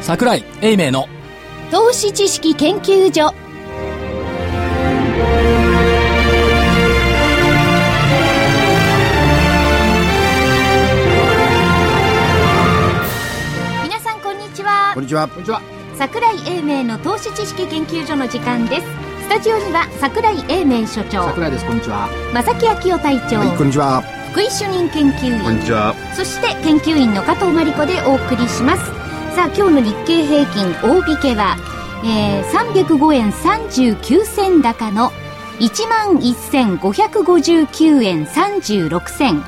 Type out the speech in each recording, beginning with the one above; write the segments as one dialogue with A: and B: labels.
A: 桜井英明の
B: 投資知識研究所皆さんこんにちは
C: こんにちは。
D: こんにちは。
B: 桜井英明の投資知識研究所の時間ですスタジオには桜井英明所長
D: 桜井です。こんにちは。
B: 正木昭夫隊長、
C: はい、こんにちは。
B: 福井主任研究員
C: こんにちは。
B: そして研究員の加藤真理子でお送りします。さあ、今日の日経平均大引けは、えー、305円39銭高の11,559円36銭。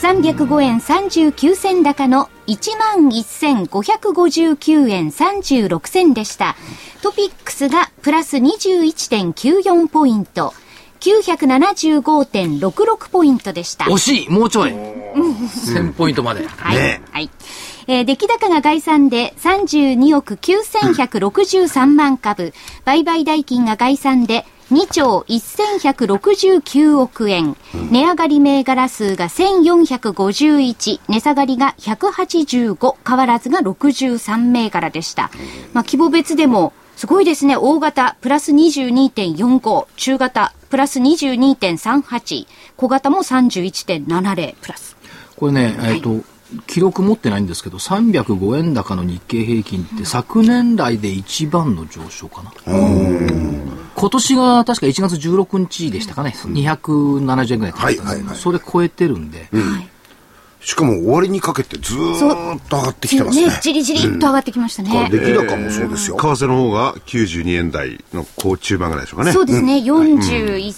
B: 305円39銭高の11,559円36銭でした。トピックスがプラス21.94ポイント。975.66ポイントでした。
E: 惜しいもうちょい !1000 ポイントまで。
B: はい。
C: ね
B: はい。えー出来高が概算で32億9163万株、売買代金が概算で2兆1169億円、値上がり銘柄数が1451、値下がりが185、変わらずが63銘柄でした。まあ、規模別でも、すごいですね。大型、プラス22.45。中型、プラス22.38。小型も31.70、プラス。
E: これね、えっと、記録持ってないんですけど、305円高の日経平均って昨年来で一番の上昇かな。今年が確か1月16日でしたかね。270円ぐらいだったんですけど
C: はいはいはい
E: それ超えてるんで、
C: しかも終わりにかけてずーっと上がってきてますね。
B: じりじりっと上がってきましたね。
C: 出来高もそうですよ。
F: 為替の方が92円台の高中盤ぐらいでしょうかね。
B: そうですね、41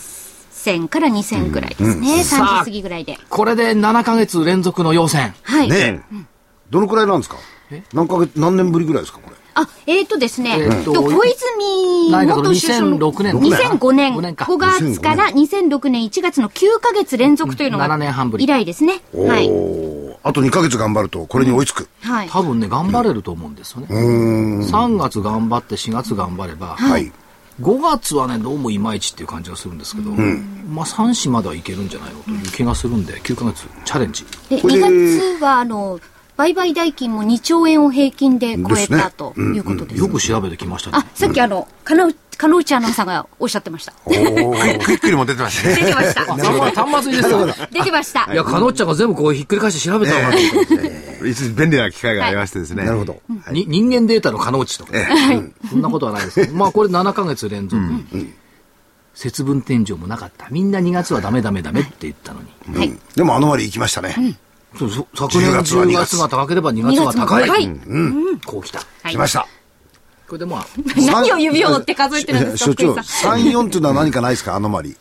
B: 銭から2銭ぐらいですね、
E: さあ
B: 30過ぎぐらいで。
E: これで7ヶ月連続の要線。
B: はい。
C: ねどのくらいなんですか何ヶ月、何年ぶりぐらいですか、これ。
B: あ、えーとですね、
E: えーと
B: と小泉
E: 内閣の
B: 元首相の
E: 2006年
B: 2005年
E: 五年か
B: 5月から2006年1月の9ヶ月連続という
E: う
B: の
E: ん
B: が
E: 7年半ぶり
B: 以来ですね。
C: お
B: はい。
C: ーあと2ヶ月頑張ると、これに追いつく。
B: はい。
E: 多分ね、頑張れると思うんですよね。3月頑張って4月頑張れば、
C: はい。
E: 5月はね、どうもいまいちっていう感じがするんですけど、まあ3市まではいけるんじゃないのという気がするんで、9ヶ月チャレンジ。
B: で、
C: これ
B: 2月は、あの、売買代金も2兆円を平均で超え
C: です
B: た
C: ね
B: ということです。
E: よく調べてきましたね
B: あ。、さっきあの、かの、かのうちアナウンサーがおっしゃってました。
F: クイックにも出てましたね。
B: 出てました。
E: あ端末にですよ。
B: 出てました
E: い。や、かのっちゃんが全部こうひっくり返して調べたのが、
F: いつ便利な機会がありましてですね。
C: なるほど。
E: に人間データのかのうちとか、そんなことはないですけど、まあこれ7ヶ月連続、節分天井もなかった。みんな2月はダメダメダメって言ったのに。
B: はい。
C: でもあの割行きましたね。
E: そうそう昨年
C: 10月は
E: 10
C: 2
E: 月
C: 月
E: が高ければ2
B: 2
E: 月は
B: 月も
E: 高い。
B: 高い。
E: こう来た。
B: はい
C: 来ました。
E: これでまあ、
B: 何を指を折って数えてるんですか、
C: 所
B: 福井
C: 長、
B: さん。
C: 3、4っていうのは何かないですか、あの割。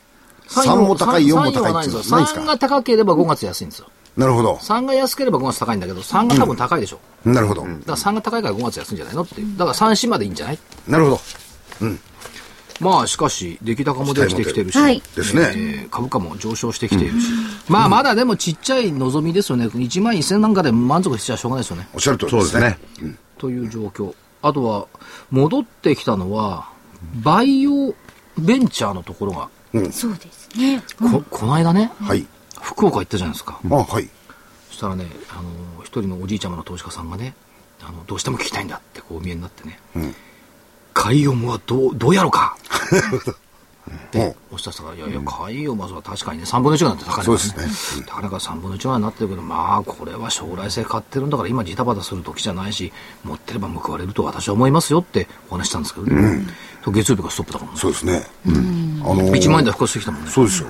C: 3も高い、4も高いっていうのはないです
E: 3が
C: か
E: 高ければ5月安いんですよ。
C: なるほど。
E: 3が安ければ5月高いんだけど、3が多分高いでしょ。
C: なるほど。
E: だから3が高いから5月安いんじゃないのっていう。だから3市までいいんじゃない
C: なるほど。
E: まあしかし、出来高も出てきてるし、
B: はい
C: ですね
E: えー株価も上昇してきているし、まあまだでもちっちゃい望みですよね。1万1000なんかで満足しちゃしょうがないですよね。
C: おっしゃるとり
F: そう
C: で
F: ですす
C: ね
F: ね。。
E: という状況。あとは、戻ってきたのは、バイオベンチャーのところが、
B: そうですね。
E: こ、この間ね、
C: はい。
E: 福岡行ったじゃないですか。
C: あ、はい。
E: そしたらね、あの、一人のおじいちゃまの投資家さんがね、あの、どうしても聞きたいんだってこうお見えになってね、海音はどう、どうやろうか
C: うん
E: おっしゃってたから、いやいや、海音はそう確かにね、3分の1がなんて高い
C: そうですね
E: ね。高値が3分の1はなってるけど、まあ、これは将来性買ってるんだから、今ジタバタする時じゃないし、持ってれば報われると私は思いますよってお話したんですけどね。と月曜日がストップだからね。
C: そうですね。あのー
E: 1万円台復活してきたもんね。
C: そうですよ。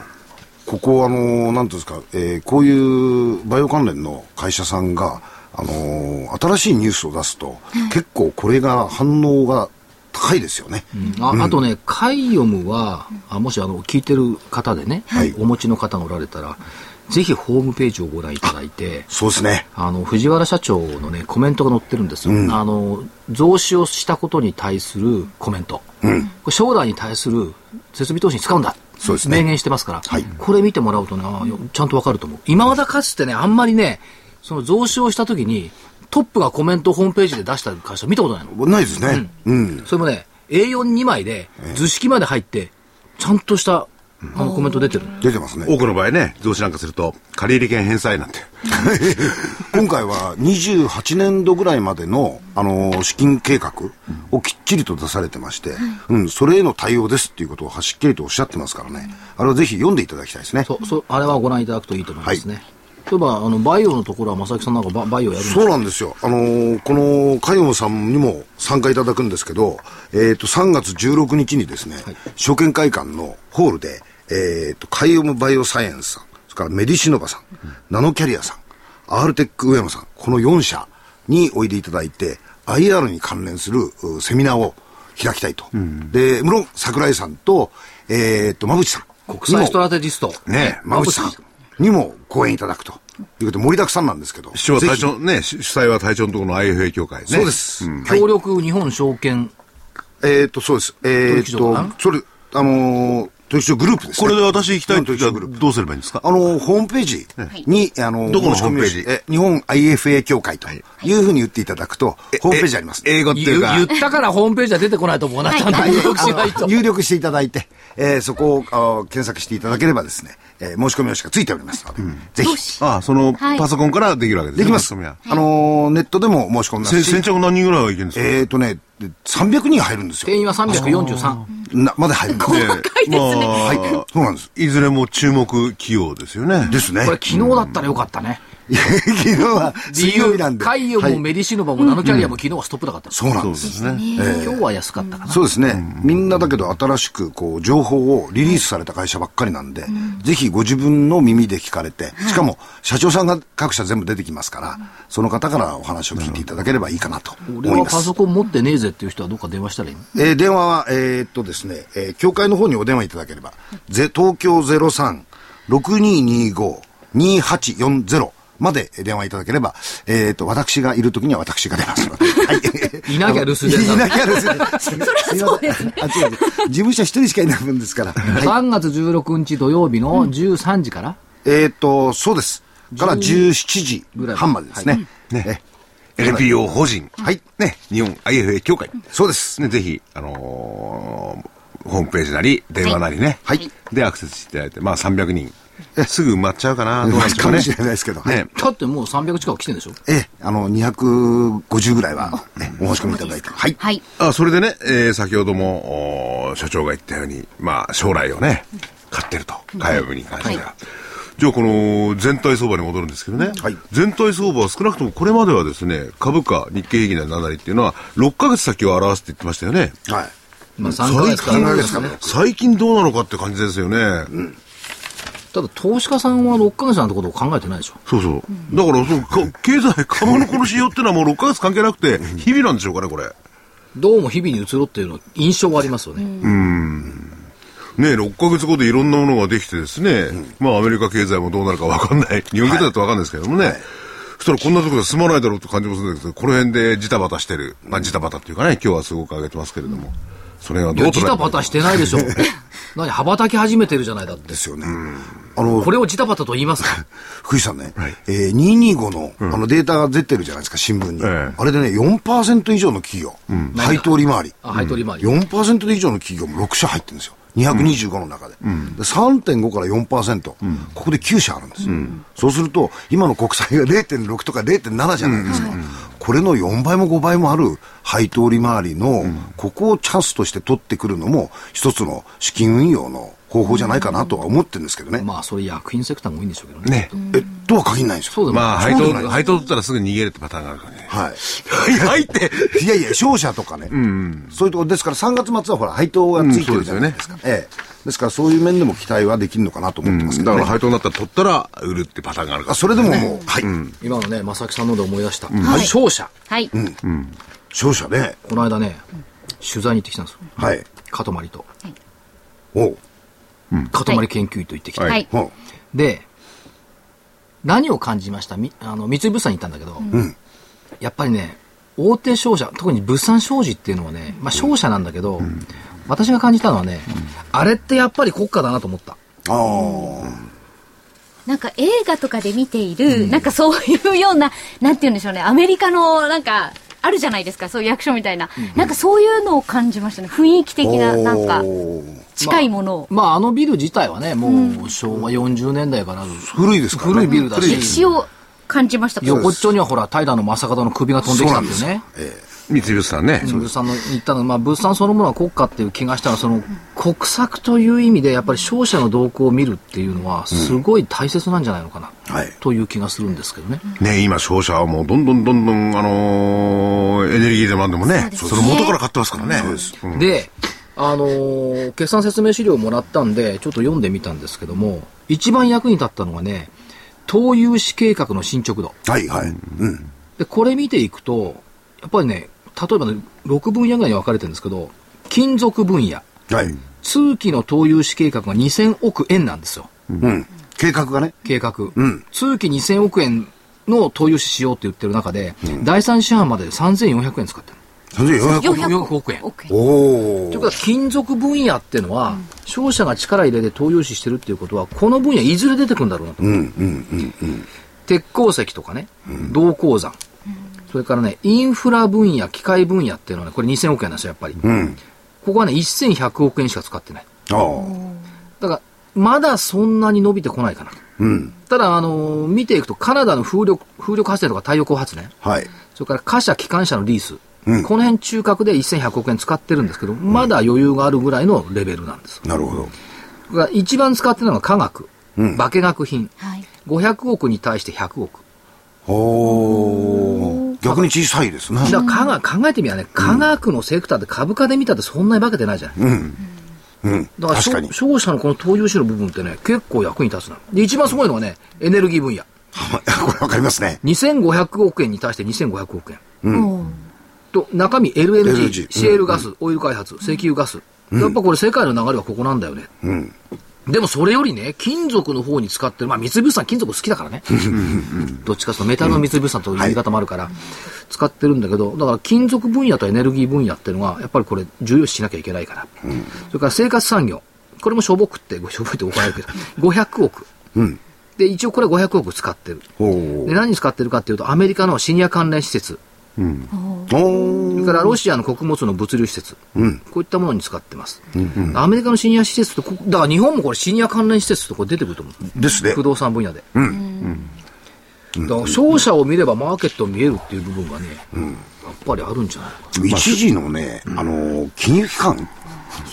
C: ここ、あのー、なんていうんですか、えーこういうバイオ関連の会社さんが、あのー新しいニュースを出すと、結構これが反応が高いですよね。
E: ああとね、カイオムは、あもしあの聞いてる方でね、
C: はい
E: お持ちの方がおられたら、ぜひホームページをご覧いただいて、
C: そうですね。
E: あの藤原社長の、ね、コメントが載ってるんですよ、あの、増資をしたことに対するコメント、これ将来に対する設備投資に使うんだ、
C: そうですね
E: 明言してますから、これ見てもらうとね、あよちゃんとわかると思う、今まだかつてね、あんまりね、その増資をしたときに、トップがコメントをホームページで出した会社、見たことないの。
C: ないですね。うん。
E: それもね、A42 枚で、図式まで入って、ちゃんとしたあのコメント出てる。
C: 出てますね。
F: 多くの場合ね、増資なんかすると、借入権返済なんて。
C: 今回は28年度ぐらいまでの、あのー資金計画をきっちりと出されてまして、うん、それへの対応ですっていうことをはしっきりとおっしゃってますからね、あれはぜひ読んでいただきたいですね。
E: そう、そう、あれはご覧いただくといいと思いますね。例えば、あの、バイオのところは、正木さんなんかババイオやるんです
C: そうなんですよ。あのーこの、海洋さんにも参加いただくんですけど、えっ、と、3月16日にですね、証券会館のホールで、えっ、と、海洋バイオサイエンスさん、それからメディシノバさん、ナノキャリアさん、アールテック上野さん、この4社においでいただいて、IR に関連するうセミナーを開きたいと。で、無論、桜井さんと、えっ、と、馬淵さん。
E: 国際ストラテジスト。
C: ねえ、馬淵さんにも講演いただくと。いうことで盛りだくさんなんですけど。
F: 主張は
C: ぜひ
F: 対象、ね、主主催は対象のところの IFA 協会ね。
C: そうで。す。
E: 協力日本証券。
C: えーっと、そうです。えー
E: 取引所か
C: っ
E: な
C: と、それ、あのー、取引所グループです、ね。
F: これで私行きたいと
C: 取
F: き
C: 引所
F: は
C: グループ。
F: どうすればいいんですか
C: あのー、ホームページに、あのー、
F: どこの
C: 申し込みをし
F: ホームページ
C: え日本 IFA 協会というふうに言っていただくと、ホームページあります。
F: 英語ってい
E: 言
F: う
E: う
F: か
E: 言、ったからホームページは出てこないと思うな、ちゃん と入力しないと。
C: 入力していただいて、えーそこをあー検索していただければですね、えー申し込み用紙がついておりますので、ぜ
G: どう
C: ひ。
G: し
F: あ、その、
G: はい
F: パソコンからできるわけですね
C: できます。
F: 申し込みは
C: あのー、ネットでも申し込みます
F: せ先
C: し、
F: 着何人ぐらいはいけるんですか
C: えーっとね、300人入るんです
E: 定
C: よ。
E: 員は343。
C: な、まだ入るんです
F: ええま
C: はい。そうなんです。
F: あ、いずれも注目企業ですよね。
C: ですね。
E: これ昨日だったらよかったね。
C: いや昨日は水曜日なんで。
E: 海洋
C: は
E: も
C: い
E: メディシノバもナノキャリアも昨日はストップだかった。
C: そうなん
F: そう
C: で。
F: ですすね。
E: 今日は安かったかな。
C: そうですね。みんなだけど新しくこう情報をリリースされた会社ばっかりなんで、ぜひご自分の耳で聞かれて、しかも社長さんが各社全部出てきますから、その方からお話を聞いていただければいいかなと
E: 俺
C: 思い
E: は
C: ま
E: パ
C: す
E: ソ。コン持ってねえぜっていう人はどっか電話したらいいの
C: えー電話は、えーっとですね、えー協会の方にお電話いただければ、ぜ東京03-6225-2840までえー電話いただければ、えーっと、私がいるときには私が出ます ので。はい
E: いなきゃ留守電だ
C: いなきゃ留守電。そりゃそうですね。あ、違う違う。事務所一人しかいないもんですから。 はい。
E: 3月16日土曜日の13時から、
C: えーっと、そうです。から17時半までですね。ね。
F: NPO 法人。
C: はい。
F: ね、日本 IFA 協会。
C: そうです。
F: ね、ぜひ、あのーホームページなり、電話なりね。
C: はいはい
F: で、アクセスしていただいて、まあ300人。すぐ埋まっちゃうかな、どうなんでしょう
C: かもしれないですけど。はい
F: ね。
E: だってもう300近く来てるんでしょ
C: ええ、あの、250ぐらいは、ね、お申し込みいただいて。はい。
G: はい。
F: あ、それでね、えー先ほども、おー社長が言ったように、まあ、将来をね、買ってると。火曜日に関しては。
G: は
F: じゃあ、この、全体相場に戻るんですけどね。
C: はい
F: 全体相場は少なくともこれまではですね、株価、日経平均なりなりっていうのは、6ヶ月先を表すって言ってましたよね。
C: はい。
E: まあ3ヶ月か
C: 最
E: ら
C: 近
E: ですね。
F: 最近どうなのかって感じですよね。
E: ただ投資家さんは6ヶ月なんてことを考えてないでしょ。
F: そうそう。だから、そうか、経済、株のこの仕様ってのはもう6ヶ月関係なくて、日々なんでしょうかね、これ。
E: どうも日々に移ろっていうの印象はありますよね。
F: ね、6ヶ月後でいろんなものができてですね、まあアメリカ経済もどうなるかわかんない、日本経済だとわかんないですけどもね、そしたらこんなところで済まないだろうって感じもするんですけど、この辺でジタバタしてる、まあジタバタっていうかね、今日はすごく上げてますけれども、それが
E: い
F: どう
E: や、
F: 捉え
E: ジ
F: れば
E: タバタしてないでしょ。 何、羽ばたき始めてるじゃないだって
C: で。すよね。あの、
E: これをジタバタと言います か
C: 福井さんね、えー225の,、あのデータが出てるじゃないですか、新聞に。
F: ええ
C: あれでね、4%以上の企業、配当利回り。
E: あ、配当利回り。
C: 4%以上の企業も6社入ってるんですよ。225の中で。で3.5から4%、ここで9社あるんですよ、そうすると、今の国債が0.6とか0.7じゃないですか。これの4倍も5倍もある配当利回りの、ここをチャンスとして取ってくるのも、一つの資金運用の方法じゃないかなとは思ってるんですけどね。
E: まあ、それ薬品セクターも多いんでしょうけどね。
F: ね。
C: え、とは限らないんですよ。
E: そうでも、
F: まあ
E: そう
F: 配
E: で
F: 当
E: もない、
F: 配当取ったらすぐ逃げるってパターンがあるから ね。
C: はい。
F: 入って
C: いやいや、勝者とかね、そういうところ、ですから3月末はほら、配当がついてるじゃないですか、ええ、ですからそういう面でも期待はできるのかなと思ってますけ
F: だ
C: ど、
F: か
C: ね
F: ら配当になったら取ったら売るってパターンがある
C: あ
F: から。
C: それでももう、はい、
E: 今のね、正木さんので思い出した。
G: はい
E: 勝者。
G: はい。
C: 勝者ね、
E: この間ね、取材に行ってきたんですよ。
C: はい、
E: かとまりと。
C: おう、
E: かとまり研究員と行ってきて。
G: はい。
C: ほう
E: で、何を感じましたみあの、三井物産に行ったんだけど、やっぱりね、大手商社、特に物産商事っていうのはね、まあ商社なんだけど、私が感じたのはね、あれってやっぱり国家だなと思った。
C: あ
G: なんか映画とかで見ている、なんかそういうような、なんて言うんでしょうね、アメリカのなんか、あるじゃないですか、そういう役所みたいな。なんかそういうのを感じましたね。雰囲気的な、なんか、
C: おー
G: 近いものを。
E: まあ、あのビル自体はね、もう昭和40年代からある。
C: 古いですからね
E: 古いビルだし
C: 古い
G: 歴史を感じました。
E: 横っちょにはほら、平の正門の首が飛んできたんだよね。
F: 三井物産ね。
E: 物産の言ったのは、まあ、物産そのものは国家っていう気がしたのは、その国策という意味で、やっぱり勝者の動向を見るっていうのは、すごい大切なんじゃないのかな、
C: はい
E: という気がするんですけどね。
F: ね、今、商社はもうどんどんどんどん、あのーエネルギーデマンドもね、
G: そう
F: そ
G: ですね
F: れ元から買ってますからね。うん
E: で、あのー決算説明資料をもらったんで、ちょっと読んでみたんですけども、一番役に立ったのがね、東融資計画の進捗度。
C: はいはい。うん。
E: で、これ見ていくと、やっぱりね、例えばね、6分野ぐらいに分かれてるんですけど、金属分野、
C: はい。
E: 通期の東融資計画が2000億円なんですよ。
C: うん。計画がね。
E: 計画、
C: ん
E: 通期2000億円の投融資しようって言ってる中で、第3四半までで3400円使ってる
C: 3400
E: 400億円
G: 億円
C: お
E: ということ
C: ー
E: は金属分野っていうのは、商社が力入れて投融資してるっていうことはこの分野いずれ出てくるんだろうなと、
C: うんうんうん。
E: 鉄鉱石とかね銅鉱山、それからねインフラ分野機械分野っていうのはねこれ2000億円なんですよやっぱり、
C: うん。
E: ここはね1100億円しか使ってない
C: ああ。
E: だからまだそんなに伸びてこないかな
C: うん。
E: ただあのー見ていくとカナダの風力風力発電とか太陽光発電、
C: はい。
E: それから貨車、機関車のリース、
C: うん
E: この辺中核で1100億円使ってるんですけど、まだ余裕があるぐらいのレベルなんです。
C: なるほど。
E: だから一番使ってるのが化学、
C: うん
E: 化学品、
G: はい。
E: 500億に対して100億。
C: おー逆に小さいですね。
E: だから科学考えてみればね、科学のセクターで株価で見たってそんなに化けてないじゃない。
C: うん。うん。
E: だから
C: 確か
E: 商
C: に。
E: 商社のこの投融資の部分ってね、結構役に立つな。で、一番すごいのはね、エネルギー分野。
C: これわかりますね。
E: 2500億円に対して2500億円。
G: もう
E: と中身 LNG、
C: LNG
E: シェールガス、オイル開発、石油ガス、やっぱこれ世界の流れはここなんだよね。
C: うん。
E: でもそれよりね、金属の方に使ってる、まあ三井物産金属好きだからね。どっちかというとメタルの三井物産という言い方もあるから、使ってるんだけど、だから金属分野とエネルギー分野っていうのは、やっぱりこれ重要視しなきゃいけないから。それから生活産業。これもしょぼくって、しょぼいって怒られるけど、500億。
C: うん。
E: で、一応これ500億使ってる。
C: お
E: で、
C: ー
E: 何に使ってるかっていうと、アメリカのシニア関連施設、
C: お
E: それ
C: ー
E: からロシアの穀物の物流施設、
C: うん。
E: こういったものに使ってます。アメリカのシニア施設とこ、だから日本もこれシニア関連施設とこれ出てくると思う。
C: ですね
E: 不。動産分野で。だから商社を見ればマーケット見えるっていう部分がね、やっぱりあるんじゃないのか
C: 一時のね、あの、金融機関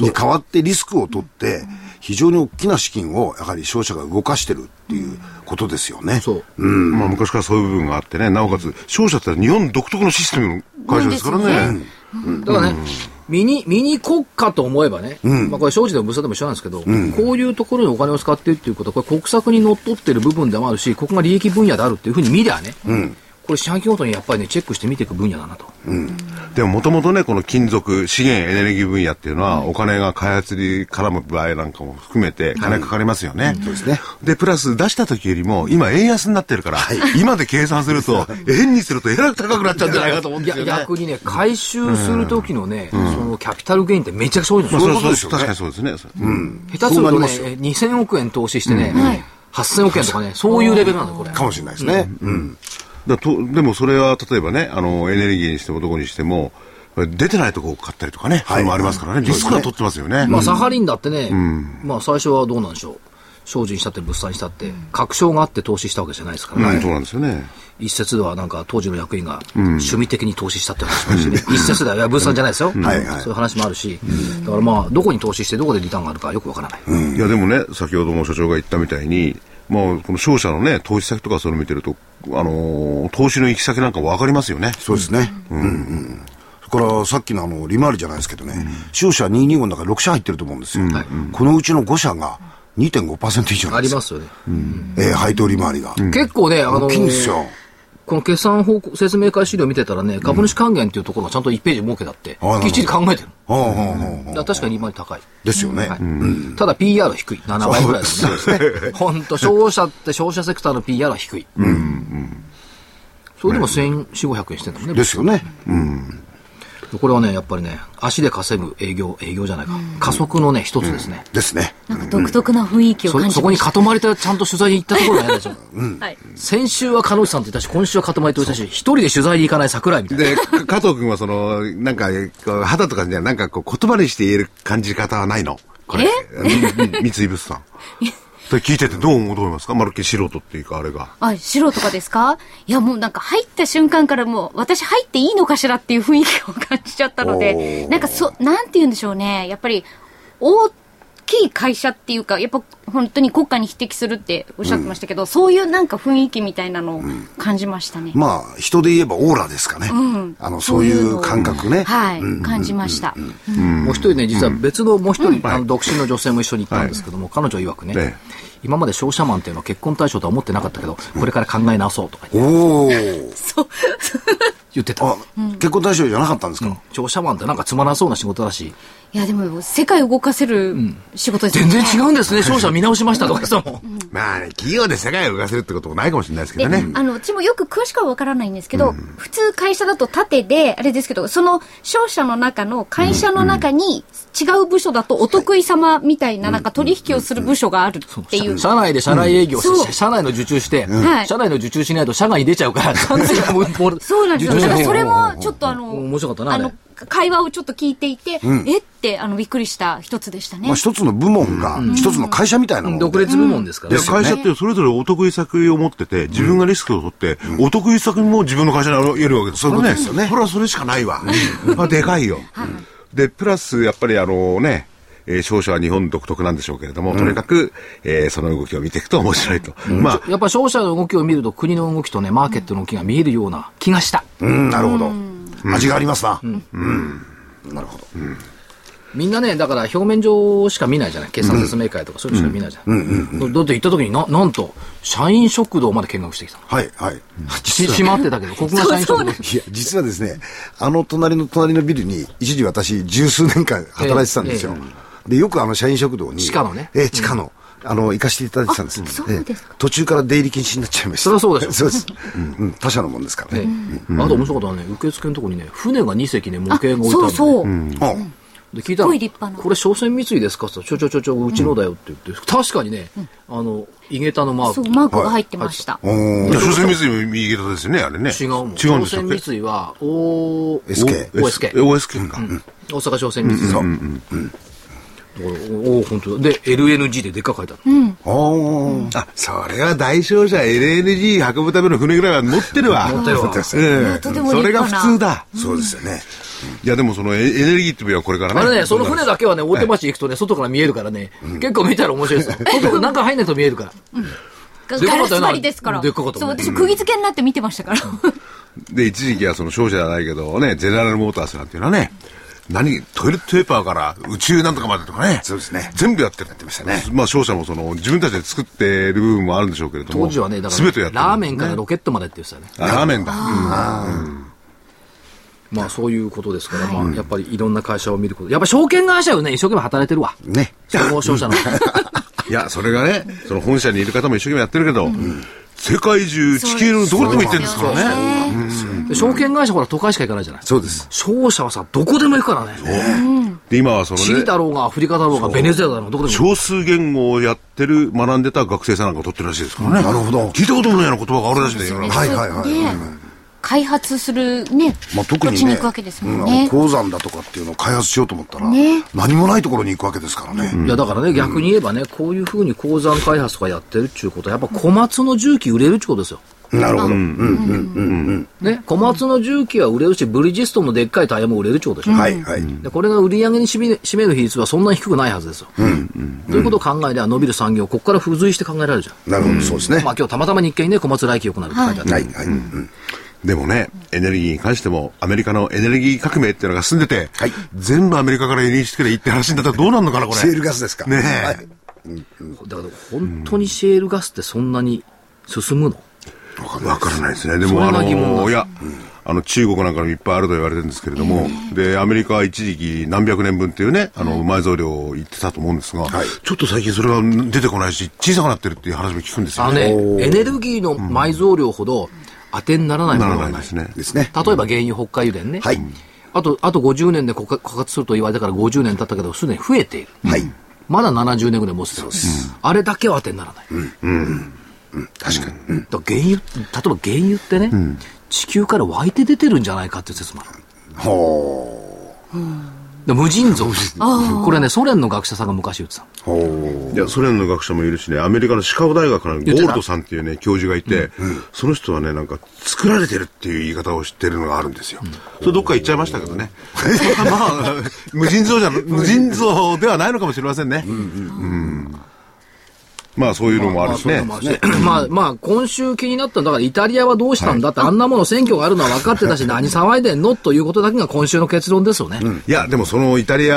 C: に代わってリスクを取って、非常に大きな資金を、やはり商社が動かしてるっていうことですよね。
E: な。そう。
F: まあ、昔からそういう部分があってね、なおかつ、商社って日本独特のシステムの会社ですからね。
E: だからね、ミニ、ミニ国家と思えばね、まあこれ商事でも物産でも一緒なんですけど、こういうところにお金を使っているっていうことは、これ国策にのっとってる部分でもあるし、ここが利益分野であるっていうふうに見りゃね、これ四半期ごとにやっぱりね、チェックして見ていく分野だなと。
F: でももともとね、この金属、資源、エネルギー分野っていうのは、お金が開発に絡む場合なんかも含めて、金かかりますよね。そうですね。で、プラス出した時よりも、今円安になってるから、今で計算する と、円にするとえらく高くなっちゃうんじゃないかと思うんですよね。
E: いや逆にね、回収する時のね、そのキャピタルゲインってめちゃくちゃ多いのよ
F: まあ、それは
C: そういうことですよね
F: 確かにそうですね。うん。
E: 下手する
C: そうなり
E: とね、
C: ますよ
E: 2000億円投資してね、
G: はい
E: 8000億円とかね、そういうレベルなんだよ、これ。
C: かもしれないですね。うん。
F: だとでもそれは、例えばね、あの、エネルギーにしてもどこにしても、出てないとこを買ったりとかね、それもありますからね、リスクは取ってますよね。
E: まあ、サハリンだってね、まあ、最初はどうなんでしょう。精進したって物産したって、確証があって投資したわけじゃないですから、
F: うん、そうなんですよね。
E: 一説ではなんか当時の役員が趣味的に投資したって話もあるしね、一説では、いや、物産じゃないですよ、
C: はいはい
E: そういう話もあるし、だからまあ、どこに投資してどこでリターンがあるかよくわからない。
F: いやでもね、先ほども所長が言ったみたいに、まあ、この商社のね、投資先とかそういうの見てると、あのー投資の行き先なんか分かりますよね。
C: そうですね。うん。うんそれからさっきのあの、利回りじゃないですけどね、商社225の中6社入ってると思うんですよ。このうちの5社が2.5%以上な
E: あ
C: ん
E: り
C: ですよ
E: ま。すよね。
C: えー配当利回りが。
E: 結構ね、あのー
C: 大きいんですよ。
E: この決算報告説明会資料見てたらね、株主還元っていうところがちゃんと1ページ設けたって
C: あなるほ、ど
E: きっちり考えてる。
C: ああああああ
E: だから確かに今より高い。
C: ですよね。
E: はいただ PR 低い。7倍ぐらいだもんね。ほんと、商社って商社セクターの PR は低い。それでも1400、500円してんだもんね。
C: ですよね。
E: これはね、やっぱりね、足で稼ぐ営業、営業じゃないか、加速のね、一つですね。
C: ですね。
B: なんか独特な雰囲気を感
E: そ
B: じ
E: そこ
B: ま
E: に
B: した
E: かとまりとちゃんと取材に行ったところが嫌でしょ。
B: はい
E: 先週は彼女さんって言ったし、今週はかとまりと言ったし、一人で取材に行かない桜井みたいな。
F: で、か 加藤君はその、なんか、こう肌とかじゃ、なんかこう言葉にして言える感じ方はないのこれ。うんうん三井物産。で聞いててどう思うと思いますかまるっきり素人っていうか、あれが。
B: あ、白とかですかいや、もうなんか入った瞬間からもう、私入っていいのかしらっていう雰囲気を感じちゃったので、なんかそ、なんて言うんでしょうね。やっぱり、大きい会社っていうか、やっぱ本当に国家に匹敵するっておっしゃってましたけど、そういうなんか雰囲気みたいなのを感じましたね。
C: まあ、人で言えばオーラですかね。
B: ん
C: あの、そういう感覚ね。
B: はい、感じました。
E: もう一人ね、実は別の、もう一人、あの独身の女性も一緒に行ったんですけども、彼女曰くね、
F: え
E: 今まで商社マンっていうのは結婚対象とは思ってなかったけど、これから考え直そうとか
C: おー。
E: 言ってた。
C: あ、結婚対象じゃなかったんですか、
E: 商社マンってなんかつまらなそうな仕事だし、
B: いや、でも、世界を動かせる仕事ですよ
E: 全
B: ね。
E: 然違うんですね、商社見直しましたとか言ってたもん。
F: まあね、企業で世界を動かせるってこともないかもしれないですけ
B: で、
F: どね。
B: あの、うちもよく詳しくはわからないんですけど、普通会社だと縦で、あれですけど、その商社の中の会社の中に違う部署だとお得意様みたいな、なんか取引をする部署があるっていう。
E: 社内で社内営業して、
B: うんそう
E: 社内の受注して、
B: はい
E: 社内の受注しないと社外に出ちゃうから、完全にもうもう
B: そうなんですよ。
E: 受
B: だから
E: 注
B: それもちょっとあの、
E: 面白かったな
B: あ
E: あれ
B: の、会話をちょっと聞いていて、えって、あの、びっくりした一つでしたね
C: まあ、。一つの部門が、一つの会社みたいなもの
E: 独
C: で。
E: 立部門ですか
F: い
E: ら
F: や
E: ね。
F: 会社ってそれぞれお得意先を持ってて、自分がリスクを取って、お得意先も自分の会社にやるわけです
C: そういうことですよね
F: これはそれしかないわ。まあ、でかいよ。で、プラス、やっぱりあのね、えー商社は日本独特なんでしょうけれども、とにかく、えーその動きを見ていくと面白いと。まあ、
E: やっぱ商社の動きを見ると国の動きとね、マーケットの動きが見えるような気がした。
C: うん、なるほど。味がありますな。うん。なるほど。
E: みんなね、だから表面上しか見ないじゃない。決算説明会とかそういうのしか見ないじゃない。だって行った時にな、なんと、社員食堂まで見学してきたの。
C: はい、はい。
E: し閉まってたけど、ここが社員食堂。
C: いや、実はですね、あの隣の隣のビルに、一時私、十数年間働いてたんですよ。
E: え
C: で、よくあの、社員食堂に。
E: 地下のね
C: ええ、地下の。あの、行かせていただいてたんで
B: そ
C: す。
B: うですか
C: ええ途中から出入り禁止になっちゃいました。
E: そりゃそうでしょ
C: そうです。うん、他社のもんですから
E: え
C: ね。
E: えあと面白かったのはね、受付のとこにね、船が2隻ね、模型が置いてある
B: そ
E: の
B: う
E: ね
B: そう。
C: あ
E: で聞いた
B: すっご
E: ら
B: い立派な
E: これ商船三井ですか?」って言ったら「ちょちょちょちょうちのだよ」って言って、確かにね、あの井桁のマー
B: そう、
E: ク
B: マークが入ってました。
C: おー
F: いや所詮三井も右肩ですよね、あれね。
E: 違うもん
F: 違うん
E: 商
F: ですよ
E: 船。三井は O
C: SK
E: OSK
F: OSK か。
E: 大阪商船三井さん、おお本当だで LNG ででっかく書いてある、
C: あー。
F: あ、それは大商社 LNG 運ぶための船ぐらいは乗ってるわ。
E: 乗ってるわ
F: うん
B: やとても立派な
F: それが普通だ。
C: そうですよね。
F: いや、でもそのエエネルギーって分野はこれからね。
E: あれねその船だけはね大手町行くとね外から見えるからね、結構見たら面白いですよ外から中入んないと見えるから
B: ガ
E: でっかか
B: ガラ
E: ったよな
B: ス張りですから。
E: でっかかった
B: そう、
E: もんね
B: 私、釘付けになって見てましたから。
F: で、一時期はその商社じゃないけどね、ゼネラルモーターズなんていうのはね、何、トイレットペーパーから宇宙なんとかまでとかね。
C: そうですね
F: 全部やってるやってましたね。まあ商社もその、自分たちで作ってる部分もあるんでしょうけれども。
E: 当時はねだから
F: 全てやってる。
E: ラーメンからロケットまでって言ってたね
F: あ。ラーメンだ。
E: まあそういうことですから、まあやっぱりいろんな会社を見ることやっぱ証券会社をね一生懸命働いてるわ
C: ね。
E: 総合商社の
F: いや、それがね、その本社にいる方も一生懸命やってるけど、世界中、地球のどこでも行ってるんですからね。
B: ね。
E: で証券会社ほら都会しか行かないじゃない
C: そうです。
E: 商社はさどこでも行くからね
F: で、今はその
E: チリ
F: ね、
E: だろうがアフリカだろうがベネズエラだろうがどこでも行く
F: 少数言語をやってる、学んでた学生さんなんかを取ってるらしいですからね。
C: なるほど。
F: 聞いたこともないような言葉があるらしいんだよ世の中。
C: はいはいはい
B: ね開発するね、
C: まあ、特にね。
B: 土地に行くわけですもん
C: うんあの
B: ね。
C: 鉱山だとかっていうのを開発しようと思ったら
B: ね、
C: 何もないところに行くわけですからね。
E: いやだからね逆に言えばねこういうふうに鉱山開発とかやってるっちゅうことはやっぱ小松の重機売れるっちゅうことですよ
C: なるほど。
E: ね小松の重機は売れるしブリヂストンのでっかいタイヤも売れるっちゅうことでしょ
C: はいはい。
E: でこれが売り上げに占め占める比率はそんなに低くないはずですよ。ということを考えれば伸びる産業、ここから付随して考えられるじゃん。
C: なるほど、そうですね。
E: まあ今日たまたま日経にね、小松来期良くなるって書いてあった。
C: はいはい。うん
F: でもね、エネルギーに関しても、アメリカのエネルギー革命っていうのが進んでて、
C: はい
F: 全部アメリカから輸入してくれって話になったらどうなんのかな、これ。
C: シェールガスですか。
F: ねえ
C: はい
E: だから本当にシェールガスってそんなに進むの
F: わからないですね。で
E: そ
F: も、
E: れ
F: あ
E: が疑問だ
F: の、いや、あの、中国なんかにもいっぱいあると言われてるんですけれども、で、アメリカは一時期何百年分っていうね、あの、埋蔵量を言ってたと思うんですが、ちょっと最近それが出てこないし、小さくなってるっていう話も聞くんです
E: あ
F: よ
E: の
F: ね。
E: ね、エネルギーの埋蔵量ほど当てにならないも
F: な
E: の
F: ら
E: が
F: ない
E: な
F: で
E: い。
F: すね。
C: ですね。
E: 例えば原油北海油田ね。
C: はい
E: あと、あと50年で枯渇枯渇すると言われたから50年経ったけど、すでに増えている。
C: はい。
E: まだ70年ぐらい持つそうです。あれだけは当てにならない。
C: 確かに。
E: だから原油、例えば原油ってね、地球から湧いて出てるんじゃないかっていう説もある。
C: ほ
E: で無尽蔵。これね、ソ連の学者さんが昔言ってたの。
C: う。ほ
F: いや、ソ連の学者もいるしね、アメリカのシカゴ大学のゴ
E: 言っ
F: ー
E: てた
F: ルドさんっていうね、教授がいて、その人はね、なんか、作られてるっていう言い方を知ってるのがあるんですよ。それどっか行っちゃいましたけどね。 まあ、無尽蔵じゃ、無尽蔵ではないのかもしれませんね。うんまあ、そういうのもあるしね。
E: まあ、そういうのもあるしまあ、まあ、今週気になったのだから、イタリアはどうしたんだって、あんなもの選挙があるのは分かってたし、何騒いでんのということだけが今週の結論ですよね。
F: いや、でもそのイタリア、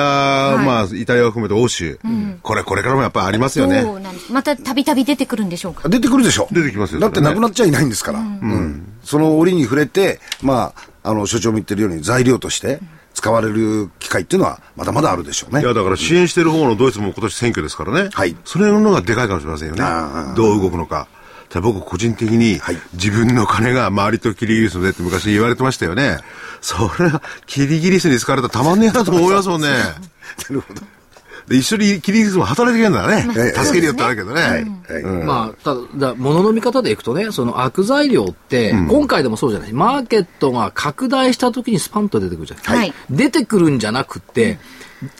F: まあ、イタリアを含めて欧州、これ、これからもやっぱりありますよね。
G: そうなんです。またたびたび出てくるんでしょうか。
C: う。出てくるでしょ。
F: 出てきますよ
C: だって
F: それ
C: な
F: ね
C: くなっちゃいないんですから。うん。その折に触れて、まあ、あの、所長も言ってるように材料として使われる機会っていうのはまだまだあるでしょうね
F: い。や、だから支援してる方のドイツも今年選挙ですからね。
C: はい
F: それの方がでかいかもしれませんよ
C: あ
F: ね。どう動くのか。ただ僕個人的に、
C: はい
F: 自分の金が周りとキリギリスのでって昔言われてましたよね。それは、キリギリスに好かれたらたまんねえなと思いますもん ね。
C: なるほど。
F: で一緒にキリギリスも働いてくれるんだね。
C: あ
F: 助けるよってあるけどね。
C: はい。
E: まあ、ただ、物の見方でいくとね、その悪材料って、今回でもそうじゃない、マーケットが拡大した時にスパンと出てくるじゃない、
G: はい
E: 出てくるんじゃなくて、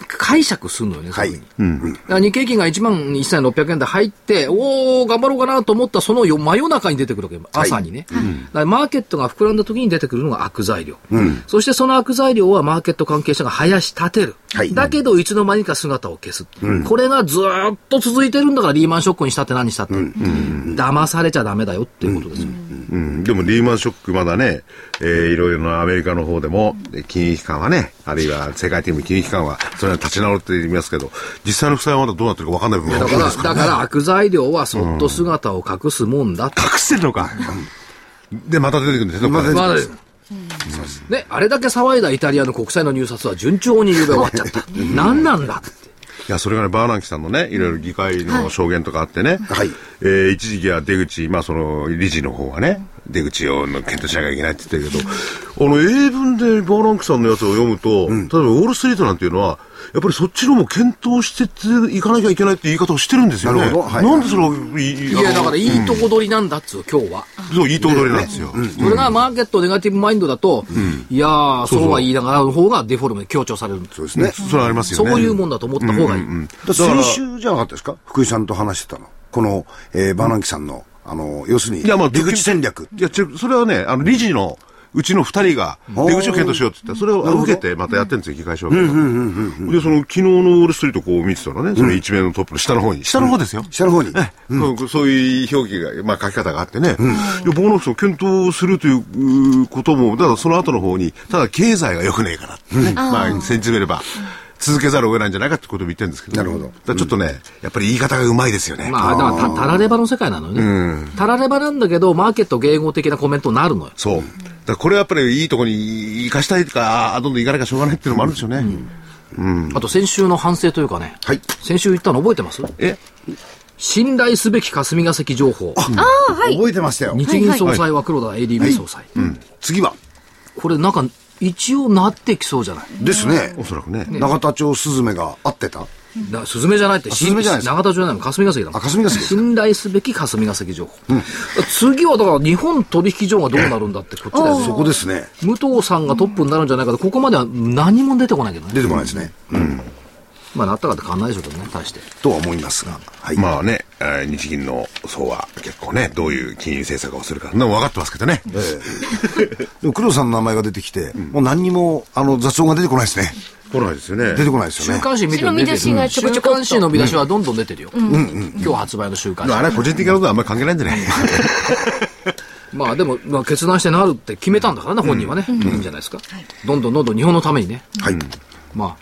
E: 解釈するのよね、
C: はい
E: そううふうにだから日経金が1万1600円で入って、おー、頑張ろうかなと思った、その夜真夜中に出てくるわけよ、朝にね。だからマーケットが膨らんだ時に出てくるのが悪材料。そしてその悪材料はマーケット関係者が生やし立てる。
C: はい
E: だけど、いつの間にか姿を消す。これがずーっと続いてるんだから、リーマンショックにしたって何したって。騙されちゃダメだよっていうことですよ。
F: うん、でもリーマンショックまだね、えーいろいろなアメリカの方でも、えー金融機関はね、あるいは世界的に金融機関は、それは立ち直るって言いますけど、実際の負債はまだどうなってるか分かんない部分が
E: だ
F: 多
E: か
F: い
E: ら、
F: ですから、
E: だから悪材料はそっと姿を隠すもんだって。
F: 隠してるのか。で、また出てくるんですよ、これ
E: まあね、あれだけ騒いだイタリアの国債の入札は順調に夕べ終わっちゃった。何なんだって。
F: いや、それがね、バーナンキさんのね、いろいろ議会の証言とかあってね、
C: はい
F: えー一時期は出口、まあ、その、理事の方はね、出口をの検討しなきゃいけないって言ってるけど、あの、英文でバーナンキさんのやつを読むと、例えば、ウォール・ストリートなんていうのは、やっぱりそっちのも検討してっていかなきゃいけないって言い方をしてるんですよね。
C: なるほどはい
F: なんでそれをいい、
E: い
F: あの
E: や、だからいいとこ取りなんだっつう、今日は。
F: そう、いいとこ取りなんですよ。
E: それがマーケットネガティブマインドだと、いやー、そうは言いながらの方がデフォルメ強調されるんです
C: そうですね。
F: それはありますよ
E: そ
F: ね。
E: ういうもんだと思った方がいい。
C: だから先週じゃなかったですか福井さんと話してたの。この、えーバナンキさんの、あの、要するに、
F: いや、まあ、
C: 出口戦略。
F: いや、違うそれはね、あの、理事の、うちの二人が、出口を検討しようって言って、それを受けて、またやってるんですよ、議会証言。で、その、昨日のウォールストリートこう見てたらね、その一面のトップの下の方に、下の方ですよ。
C: 下の方に。
F: ねそうそういう表記が、まあ、書き方があってね、で僕の人を検討するといううことも、ただその後の方に、ただ経済が良くねえからってね、まあ、先日詰めれば、続けざるを得ないんじゃないかってことも言ってるんですけど、
C: なるほど
F: だからちょっとね、やっぱり言い方がうまいですよね。
E: まあ、だからた、たらればの世界なのよね。たらればなんだけど、マーケット迎合的なコメントになるのよ。
F: そう。だからこれはやっぱりいいとこに行かしたいとか、どんどん行かなきゃしょうがないっていうのもあるんでしょうね。
E: あと先週の反省というかね、
C: はい。
E: 先週言ったの覚えてます
F: え
E: 信頼すべき霞が関情報。
C: 覚えてましたよ。
E: 日銀総裁は黒田 ADB 総裁。
C: 次は。
E: これなんか、一応なってきそうじゃない。
C: ですね。
F: おそらくね。
C: 永田町スズメが合ってた。
E: だスズメじゃないって、
C: スズメじゃないです
E: 長田町じゃないの、霞が関だもん
C: あ霞が関
E: 信頼すべき霞が関情報。次はだから、日本取引所がどうなるんだって、こっちだよね。
C: そこですね。
E: 武藤さんがトップになるんじゃないかと、ここまでは何も出てこないけどね。
C: 出てこないですね。
E: まあ、なったかって変わんないでしょうけどね、大して。
C: とは思いますが。はい。
F: まあね、えー日銀の総は結構ね、どういう金融政策をするか、なんか分かってますけどね。
C: でも、黒田さんの名前が出てきて、もう何にも、あの、雑音が出てこないですね。
F: 来ないですよね。
C: 出てこないですよ
E: 週
C: ね。
E: 刊誌見て
G: そ
E: る
G: の見出しがちょこち
E: 週
G: ょこっと
E: 刊誌の見出しはどんどん出てるよ。今日発売の週刊誌
F: あ。れは個人的なことはあんまり関係ないんじゃない
E: まあでも、まあ、決断してなるって決めたんだからね、本人はね。いいんじゃないですか。どんどんどんどん日本のためにね。
C: はい。
E: まあ、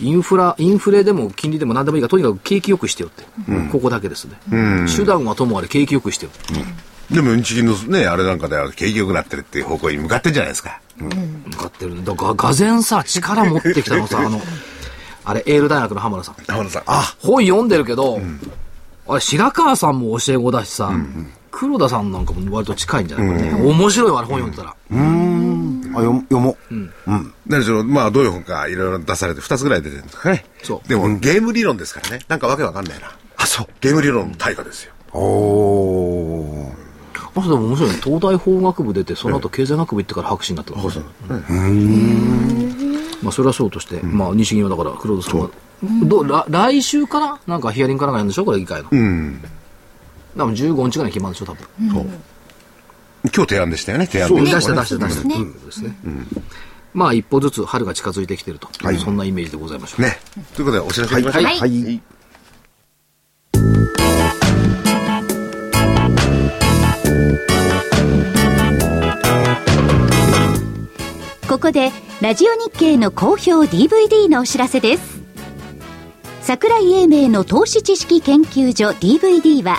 E: インフラ、インフレでも金利でも何でもいいから、とにかく景気よくしてよって。ここだけですね。手段はともあれ景気よくしてよ。
F: でも日銀のね、あれなんかでは景気良くなってるっていう方向に向かってんじゃないですか。
E: 向かってるね。だから、がぜんさ、力持ってきたのさ、あの、あれ、エール大学の浜田さん。
F: 浜田さん。あ
E: 本読んでるけど、あれ、白川さんも教え子だしさ、黒田さんなんかも割と近いんじゃないかね。面白いわ、あれ本読んでたら。
C: あよ読もう、
F: 何しろ、まあ、どういう本か、いろいろ出されて、二つぐらい出てるんですかね。
E: そう
F: でも、ゲーム理論ですからね。なんかわけわかんないな。あ、そう。ゲーム理論の対価ですよ。
C: おー
E: まさでも面白いね東大法学部出てその後経済学部行ってから博士になったそうまあそれはそうとして、まあ日銀はだから黒田さんがどうら来週かななんかヒアリングかなんかやるんでしょこれ議会の、
F: うん。
E: 多分15日ぐらいに決まるんでしょ多分、
F: そう今日提案でしたよね、提案
E: そう出
F: ね
E: した出した出した
G: ね
E: ということですね、まあ一歩ずつ春が近づいてきてると、そんなイメージでございましょう、
F: ね。ということで、お知らせいきましょう。
G: はい
C: はい
G: ここでラジオ日経の好評 DVD のお知らせです桜井英明の投資知識研究所 DVD は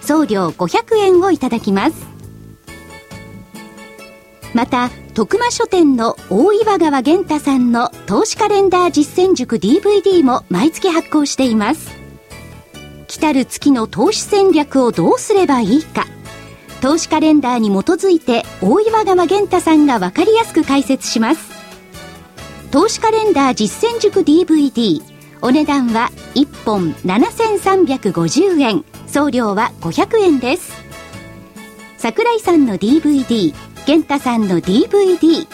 G: 送料500円をいただきますまた徳間書店の大岩川源太さんの投資カレンダー実践塾 DVD も毎月発行しています来たる月の投資戦略をどうすればいいか投資カレンダーに基づいて大岩川源太さんが分かりやすく解説します投資カレンダー実践塾 DVD お値段は1本7350円送料は500円です桜井さんの DVD 健太さんの DVD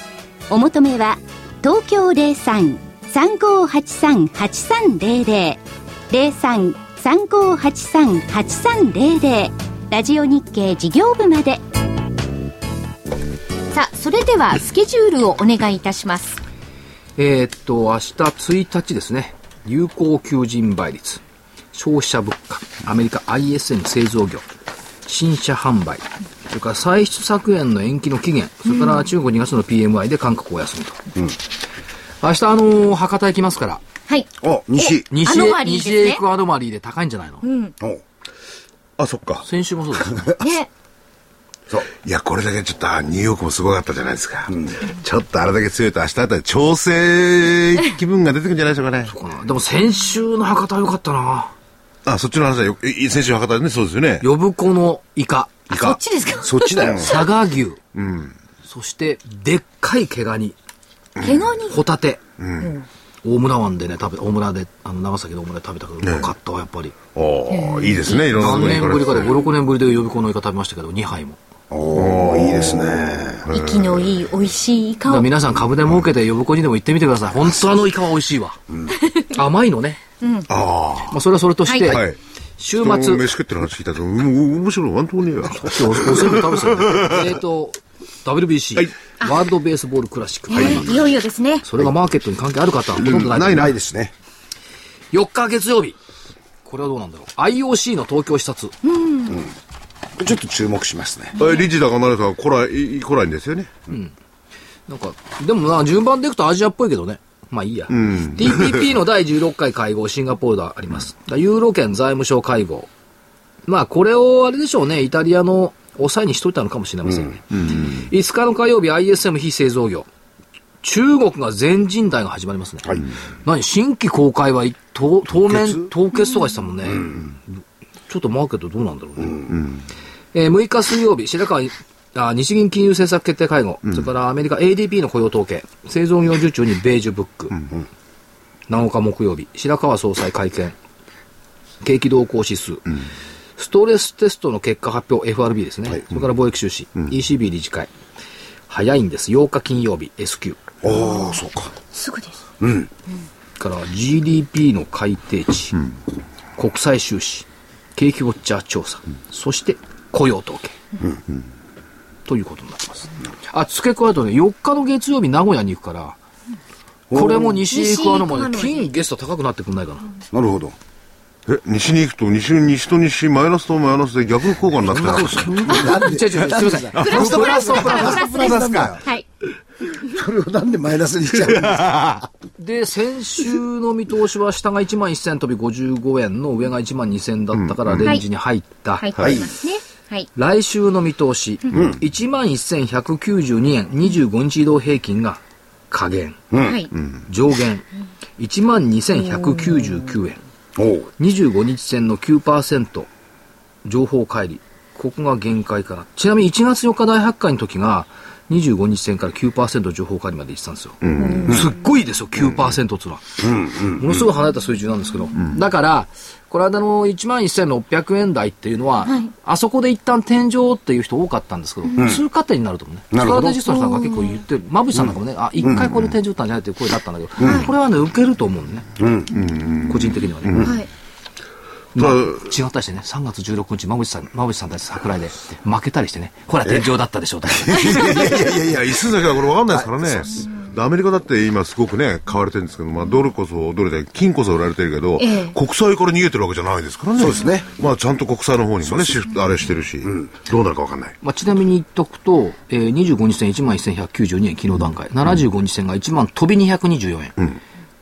G: お求めは東京03-3583-8300 03-3583-8300ラジオ日経事業部までさあそれではスケジュールをお願いいたします
E: えーっと、明日1日ですね、有効求人倍率、消費者物価、アメリカ ISM 製造業、新車販売、それから歳出削減の延期の期限、それから中国2月の PMI で韓国お休みと。明日、あのー博多行きますから、
G: はい
C: あ西
E: 西
G: アノマ
E: へ、
G: リーです
E: 西
G: ね
E: へ行くアノマリーで高いんじゃないの、
C: お
F: あ、そっか。
E: 先週もそうですよね。
G: ね
C: そう
F: いや、これだけちょっと、あニューヨークもすごかったじゃないですか。ちょっとあれだけ強いと、明日あたり調整気分が出てくるんじゃないでしょうかね。
E: でも先週の博多良かったな
F: あ、そっちの話はよ、いい先週博多でね、そうですよね。
E: 呼子のイカ、
F: イ
G: こっ
F: カ。
G: ちですか
C: そっちだよ
E: 佐賀牛、そして、でっかい毛ガニ。
G: 毛ガニ
E: ホタテ、大村湾でね食べ大村であの長崎の大村で食べたけど、よかったわやっぱり
F: おおいいですね、いろんなとこ
E: 何
F: ろに
E: 年ぶりかで
F: これ
E: 56年ぶりで呼び子のイカ食べましたけど2杯も
C: おーいいですね
G: 息のいい美味しい
E: だ
G: 顔
E: から皆さん株で儲けて呼び子にでも行ってみてください本当あのイカは美味しいわ、甘いのね、
F: あ
E: まあ、それはそれとして、
F: あ。はい。
E: 週
F: 人の
E: 末
F: 飯食ってる話聞いたと、うんうん面白い、ワントねえわ。
E: 今日おおせんべい食べてたよねえっと WBC、ワールドベースボールクラシック、
G: ねいよいよですね
E: それがマーケットに関係ある方はほとんどない
C: ないないですね
E: 4日月曜日これはどうなんだろう IOC の東京視察
C: ちょっと注目しますね
F: え理事だかなれたら来ない、来ないんですよね。
E: なんか、でもな、順番でいくとアジアっぽいけどね。まあいいや。TPP の第16回会合、シンガポールであります。だからユーロ圏財務省会合。まあこれを、あれでしょうね、イタリアの抑えにしといたのかもしれませんね。5日の火曜日、ISM 非製造業。中国が全人代が始まりますね。何新規公開は当当面凍結とかしたもんね。ちょっとマーケットどうなんだろうね。えー6日水曜日、白川にあ日銀金融政策決定会合、それからアメリカ ADP の雇用統計、製造業受注にベージュブック、7日木曜日、白川総裁会見、景気動向指数、ストレステストの結果発表、FRB ですね、それから貿易収支、ECB 理事会、早いんです、8日金曜日、S q
C: ああそうか
G: すぐです
E: から GDP の改定値、国際収支、景気ウォッチャー調査、そして雇用統計、ということになります。あ、付け加えるとね、4日の月曜日、名古屋に行くから、これも西へ行くあのもね、
G: 西へ行くあの
E: 金、ゲスト高くなってくんないかな。
C: なるほど
F: え、西に行くと、西、西と西、マイナスとマイナスで逆の効果になってたんですか
E: 違う違う、すみません。プラスとプラスとプラス
G: プラスです
C: か
G: はい
C: それを なんでマイナスにしちゃうん ですか
E: で、先週の見通しは下が1万1000飛び55円の上が1万2000だったからレンジに入った。
G: 入っていますね。はい。
E: 来週の見通し、1万1192円25日移動平均が下限、
G: はい。
E: 上限1万2199円。
C: おう
E: 25日線の9%情報乖離ここが限界かなちなみに1月4日大発会の時が25日線から9%情報乖離まで行ってたんですよ、すっごいですよ9%っつうのは、ものすごい離れた数字なんですけど、だからこの間の1万1600円台っていうのは、
G: はい
E: あそこで一旦天井っていう人多かったんですけど、通過点になると思うね
C: なるほ
E: ス
C: ど
E: トラテジストの人が結構言ってる馬渕さんなんかもね、あ一回これ天井打ったんじゃないっていう声だったんだけど、これはね受けると思うのね、個人的にはね、
G: はい。
E: まあ、
F: ただ
E: 違ったりしてね、3月16日、馬渕さん、馬渕さんたち桜井で負けたりしてね、ほら、天井だったでしょうとか、
F: いやいやいや、一数だけはこれ分かんないですからね。でアメリカだって今すごくね、買われてるんですけど、まあドルこそドルで、金こそ売られてるけど、
G: ええ
F: 国債から逃げてるわけじゃないですからね。そう
C: ですね。
F: まあちゃんと国債の方にもね、シフトあれしてるし、どうなるか分かんない。
E: まあ、ちなみに言っとくと、えー、25日線1万1192円、昨日段階、75日線が1万飛び224円、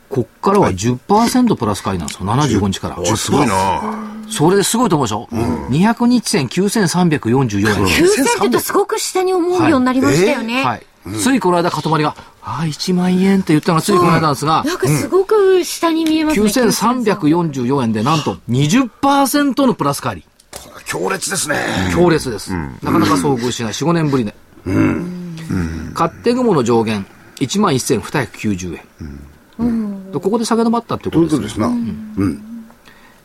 E: こっからは10%プラス回なんですよ、75日から。
F: あ、すごいな
E: それですごいと思うでしょ、?200 日線9344円。
G: 9000って言うとすごく下に思うようになりましたよね。
E: はい。ついこの間、かとまりが、あー、1万円って言ったのがついこの間なんですが、
G: なんかすごく下に見えますね。
E: 9344円でなんと20%のプラス返り。
C: 強烈ですね。
E: 強烈です。なかなか遭遇しない4、5年ぶりね。勝手雲の上限、1万1290円。でここで下げ止まったっていう
C: と
E: こ
C: い
E: と
C: う
E: です
C: こと
E: ね
C: ですな。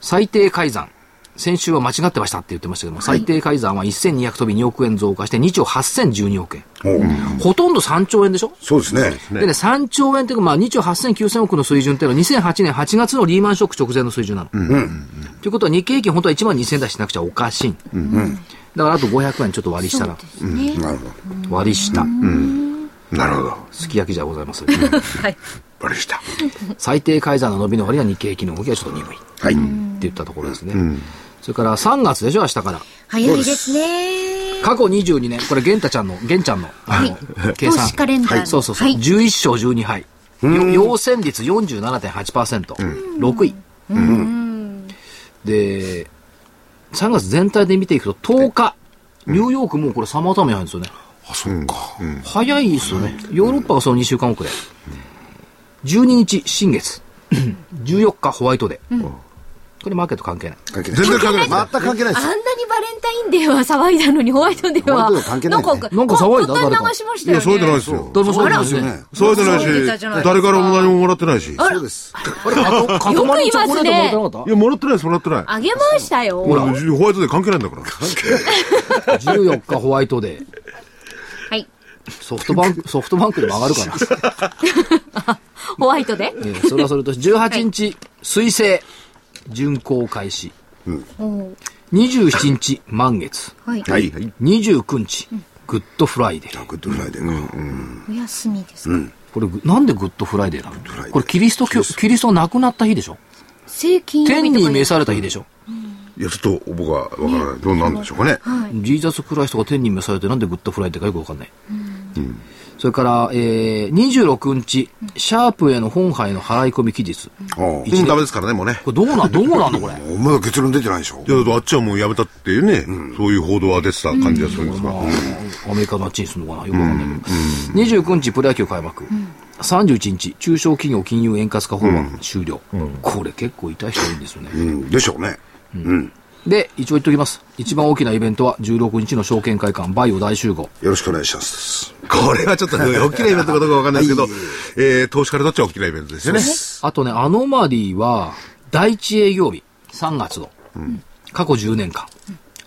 E: 最低改ざん。先週は間違ってましたって言ってましたけども、最低改ざんは1200飛び2億円増加して2兆8012億円。
C: おう
E: ほとんど3兆円でしょ
C: そうですね。
E: でね、3兆円というか、まあ、2兆8900億の水準っていうのは、2008年8月のリーマンショック直前の水準なの。ということは、日経平均、本当は1万2000台しなくちゃおかしい。だから、あと500円ちょっと割りしたら、
G: ね。
C: なるほど。
E: 割りした。
F: なるほど。
E: すき焼きじゃございません。
F: バレした。
E: 最低改ざんの伸びの割には日経平均の動きはちょっと鈍い。って
C: はい。
E: 言ったところですね。それから、3月でしょ、明日から。
G: 早いですね。
E: 過去22年、これ、玄太ちゃんの、玄ちゃんの、あの、計算。
G: 投資カレンダーの
E: はいそうそうそう。
G: はい
E: 11勝12敗。よ陽線率47.8%。6位。で、3月全体で見ていくと、10日、ニューヨークもうこれ、サマータイムに入るんですよね。
C: あ、そっか。
E: 早いですよね。ヨーロッパがその2週間遅れ。12日、新月。14日、ホワイトデー。これ、マーケット関係ない。
C: 関係ない
F: 全然関係ない
C: 全く関係ないで
G: あん
C: す。
G: なにバレンタインデーは騒いだのにホワイトデーは。
C: ホワイトデーは関係ないね
G: なんか、
E: なんか騒いだ
G: こ
E: 誰か
G: 途端流しまし
F: い
G: たよ
F: や、
G: ね。
F: そうじゃないですよ。
E: どうもそうです
C: そう
E: よ
C: で
E: ね
C: すよ。ね。
F: そうじゃない
G: そう出たじゃな
F: し、
G: いですか
F: 誰からも何ももらってないし。い
G: あら
C: そうです。
E: あれ、あと、かとまりチョコレートもらってなかった
F: や、もらってないです、もらってない。
G: あげましたよ。
F: 俺ホワイトで関係ないんだから。
E: 14日ホワイトデー。
G: はい。
E: ソフトバン ク、ソフトバンクでも上がるかな。
G: ホワイトで。
E: ええそれはそれとして、18日、水星、巡行開始。
G: おー
E: 27日、満月。
G: はい。
C: はい。はい。
E: 29日、グッドフライデー。
C: グッドフライデーか。うん。
G: お休みですか。
E: これ、ぐなんでグッドフライデーな
C: ライデ
E: の
C: ー
E: これ、キリスト教、キリストが亡くなった日でしょ
G: 正金曜
E: 天
G: 日と
E: に
G: か
E: 召された日でしょ
F: いや、ちょっと僕は分からない。どうなんでしょうかね。
G: はい。
E: ジーザスクライストが天に召されてなんでグッドフライデーかよくわかんない。それから、えー、26日、シャープへの本杯の払い込み期日。
C: あ
F: うん、ダメですからね、もうね。
E: これどうなん、どうなんの これ。
C: あ。まだ結論出てないでしょ
F: い。や、だってあっちはもうやめたっていうね、そういう報道は出てた感じがするんですが。
E: アメリカのあっちにするのかなよくわかんないけど。29日、プロ野球開幕。31日、中小企業金融円滑化法案終了。これ結構痛い人多いんですよね。
C: うん。でしょうね。うん。
E: で、一応言っておきます。一番大きなイベントは16日の証券会館、バイオ大集合。
C: よろしくお願いします。
F: これはちょっとね大きなイベントかどうかわかんないですけど、えー、投資家にとっては大きなイベントですよね。
E: あとね、アノマリーは、第一営業日、3月の、過去10年間、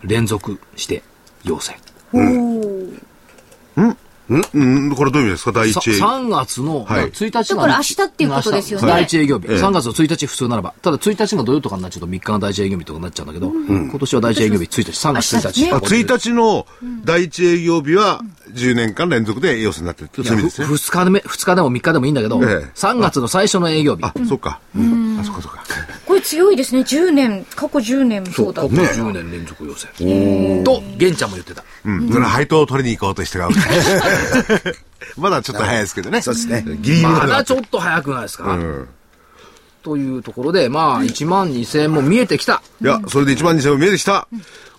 E: 連続して要請。
G: おー
F: うん、これどういう意味ですか第一
E: さ
F: 営
E: 3月の、
F: はい
E: まあ1日が
G: だから明日っていうことですよね
E: 明日第一営業日。
F: ええ
E: 3月の1日普通ならば。ただ1日が土曜とかになっちゃうと3日が第一営業日とかになっちゃうんだけど、今年は第一営業日1日、3月1日。
G: 明日
F: あ1日の第一営業日は10年間連続で要請になってるってそういう意味ですね。
E: 2日でも、二日でも3日でもいいんだけど、
F: ええ
E: 3月の最初の営業日。
F: あ、そっか。うんあ、そっかそっか。
G: これ強いですね。10年、過去10年もそうだ
E: 過去
G: った。
E: 10年連続要請。と、玄ちゃんも言ってた。
F: うん。それは配当を取りに行こうとしてが。まだちょっと早いですけどね。
C: そうですね。
F: ギリギリま
E: ま
F: では
E: だちょっと早くないですか、
F: うん
E: というところで、まあ、1万2000円も見えてきた。
F: いや、それで1万2000円見えてきた。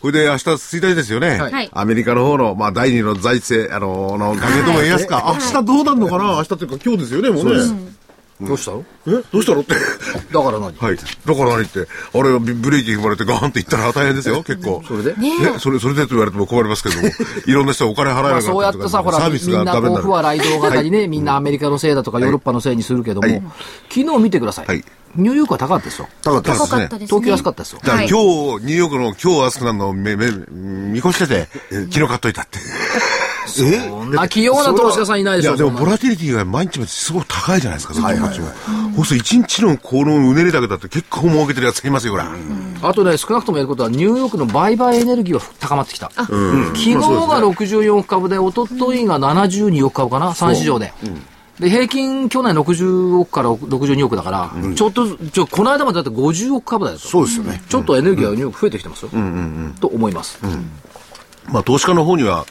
F: これで明日1日ですよね。
E: はい
F: アメリカの方の、まあ、第二の財政、あのー、の、崖とも言いますか。明日どうなるのかな明日というか今日ですよね、もうね。
E: どうしたの
F: えどうしたのって。
E: だから何
F: はい。だから何って、あれ、ブブレーキ踏まれてガーンって行ったら大変ですよ、結構。
E: それで
G: ねえ
F: えそれ、それでと言われても困りますけ ども、いろんな人がお金払えなく
E: ま
F: な
E: あ、
F: った
E: そうやってさ、
F: と
E: ほ
F: か
E: ら、
F: サー
E: み
F: ビス
E: み
F: が
E: んな
F: ダ
E: こ
F: メに
E: う、
F: なる
E: 不。和雷動型にね、みんなアメリカのせいだとか、ヨーロッパのせいにするけども、
F: はい
E: 昨日見てください,、
F: はい
E: ニューヨークは高かったですよ。
F: 高か
G: 高か
F: で
G: っ
F: す
G: た
F: ね。
G: ですね。
E: 東京安かったですよ。
F: だから
G: はい
F: 今日、ニューヨークの今日暑くなるのをめめ見越してて、昨日買っといたって。
C: え
E: こんな器用な投資家さんいないで
F: い
E: しょ。
F: や、でも
E: そん
F: ボ
E: な
F: ラティリティが毎日すごく高いじゃないですか、そっちもこっちも。そうすると一日のこのうねりだけだって結構儲けてるやついますよ、これ。
E: あとね、少なくともやることは、ニューヨークの売買エネルギーは高まってきた。昨日が64億株で、一昨日が72億株かな、3市場で。で、平均去年60億から62億だから、ちょっとず、ちょ、この間までだって50億株だよ。
C: そうですよね。
E: ちょっとエネルギーはニューヨーク増えてきてますよ。と思います。
F: まあ、投資家の方には、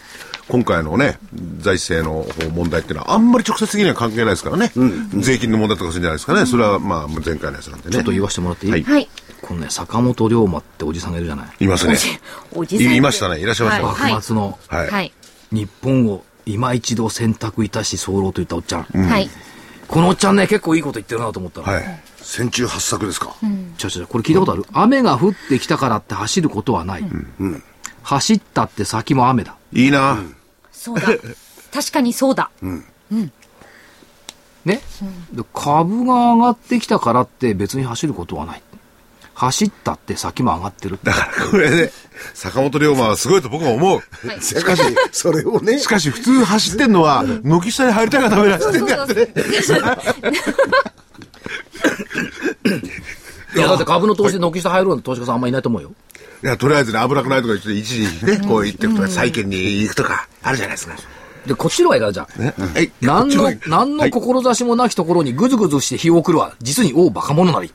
F: 今回のね、財政の問題っていうのは、あんまり直接的には関係ないですからね。税金の問題とかするんじゃないですかね。それは、まあ、前回のやつなんでね。
E: ちょっと言わせてもらっていい、
F: はい
G: はい。
E: このね、坂本龍馬っておじさんがいるじゃない。
F: いますね。
G: おじさんって。
F: いましたねいらっしゃいました
G: はい。
E: 幕末の
F: はい。
G: はい。
E: 日本を今一度選択いたし候と言ったおっちゃん。
G: はい。
E: このおっちゃんね、結構いいこと言ってるなと思ったら。
F: はい。
C: 戦中八策ですか。
E: ちょちょ、これ聞いたことある、雨が降ってきたからって走ることはない。走ったって先も雨だ。
F: いいな。
G: そうだ。確かにそうだ。
E: ね、で株が上がってきたからって別に走ることはない。走ったって先も上がってる。
F: だから、これね、坂本龍馬はすごいと僕は思う。
C: しかし、それをね
F: し、かし、普通走ってんのは、軒下に入りたいがためらし
G: そ
F: て
G: うん
F: だ
G: だ
F: ってね。
E: いや、だって株の投資で軒下入ろうの投資家さんあんまいないと思うよ。
F: いや、とりあえずね、危なくないとか言って、一時にね、こう行ってくとか、債券に行くとか、あるじゃないですか。
E: で、こっちの方がいいからじゃあ。
F: ね。はい。
E: 何
F: こ
E: の
F: っち、方
E: 何の志もなきところにぐずぐずして火を送るは、実に、おう、バカ者なり。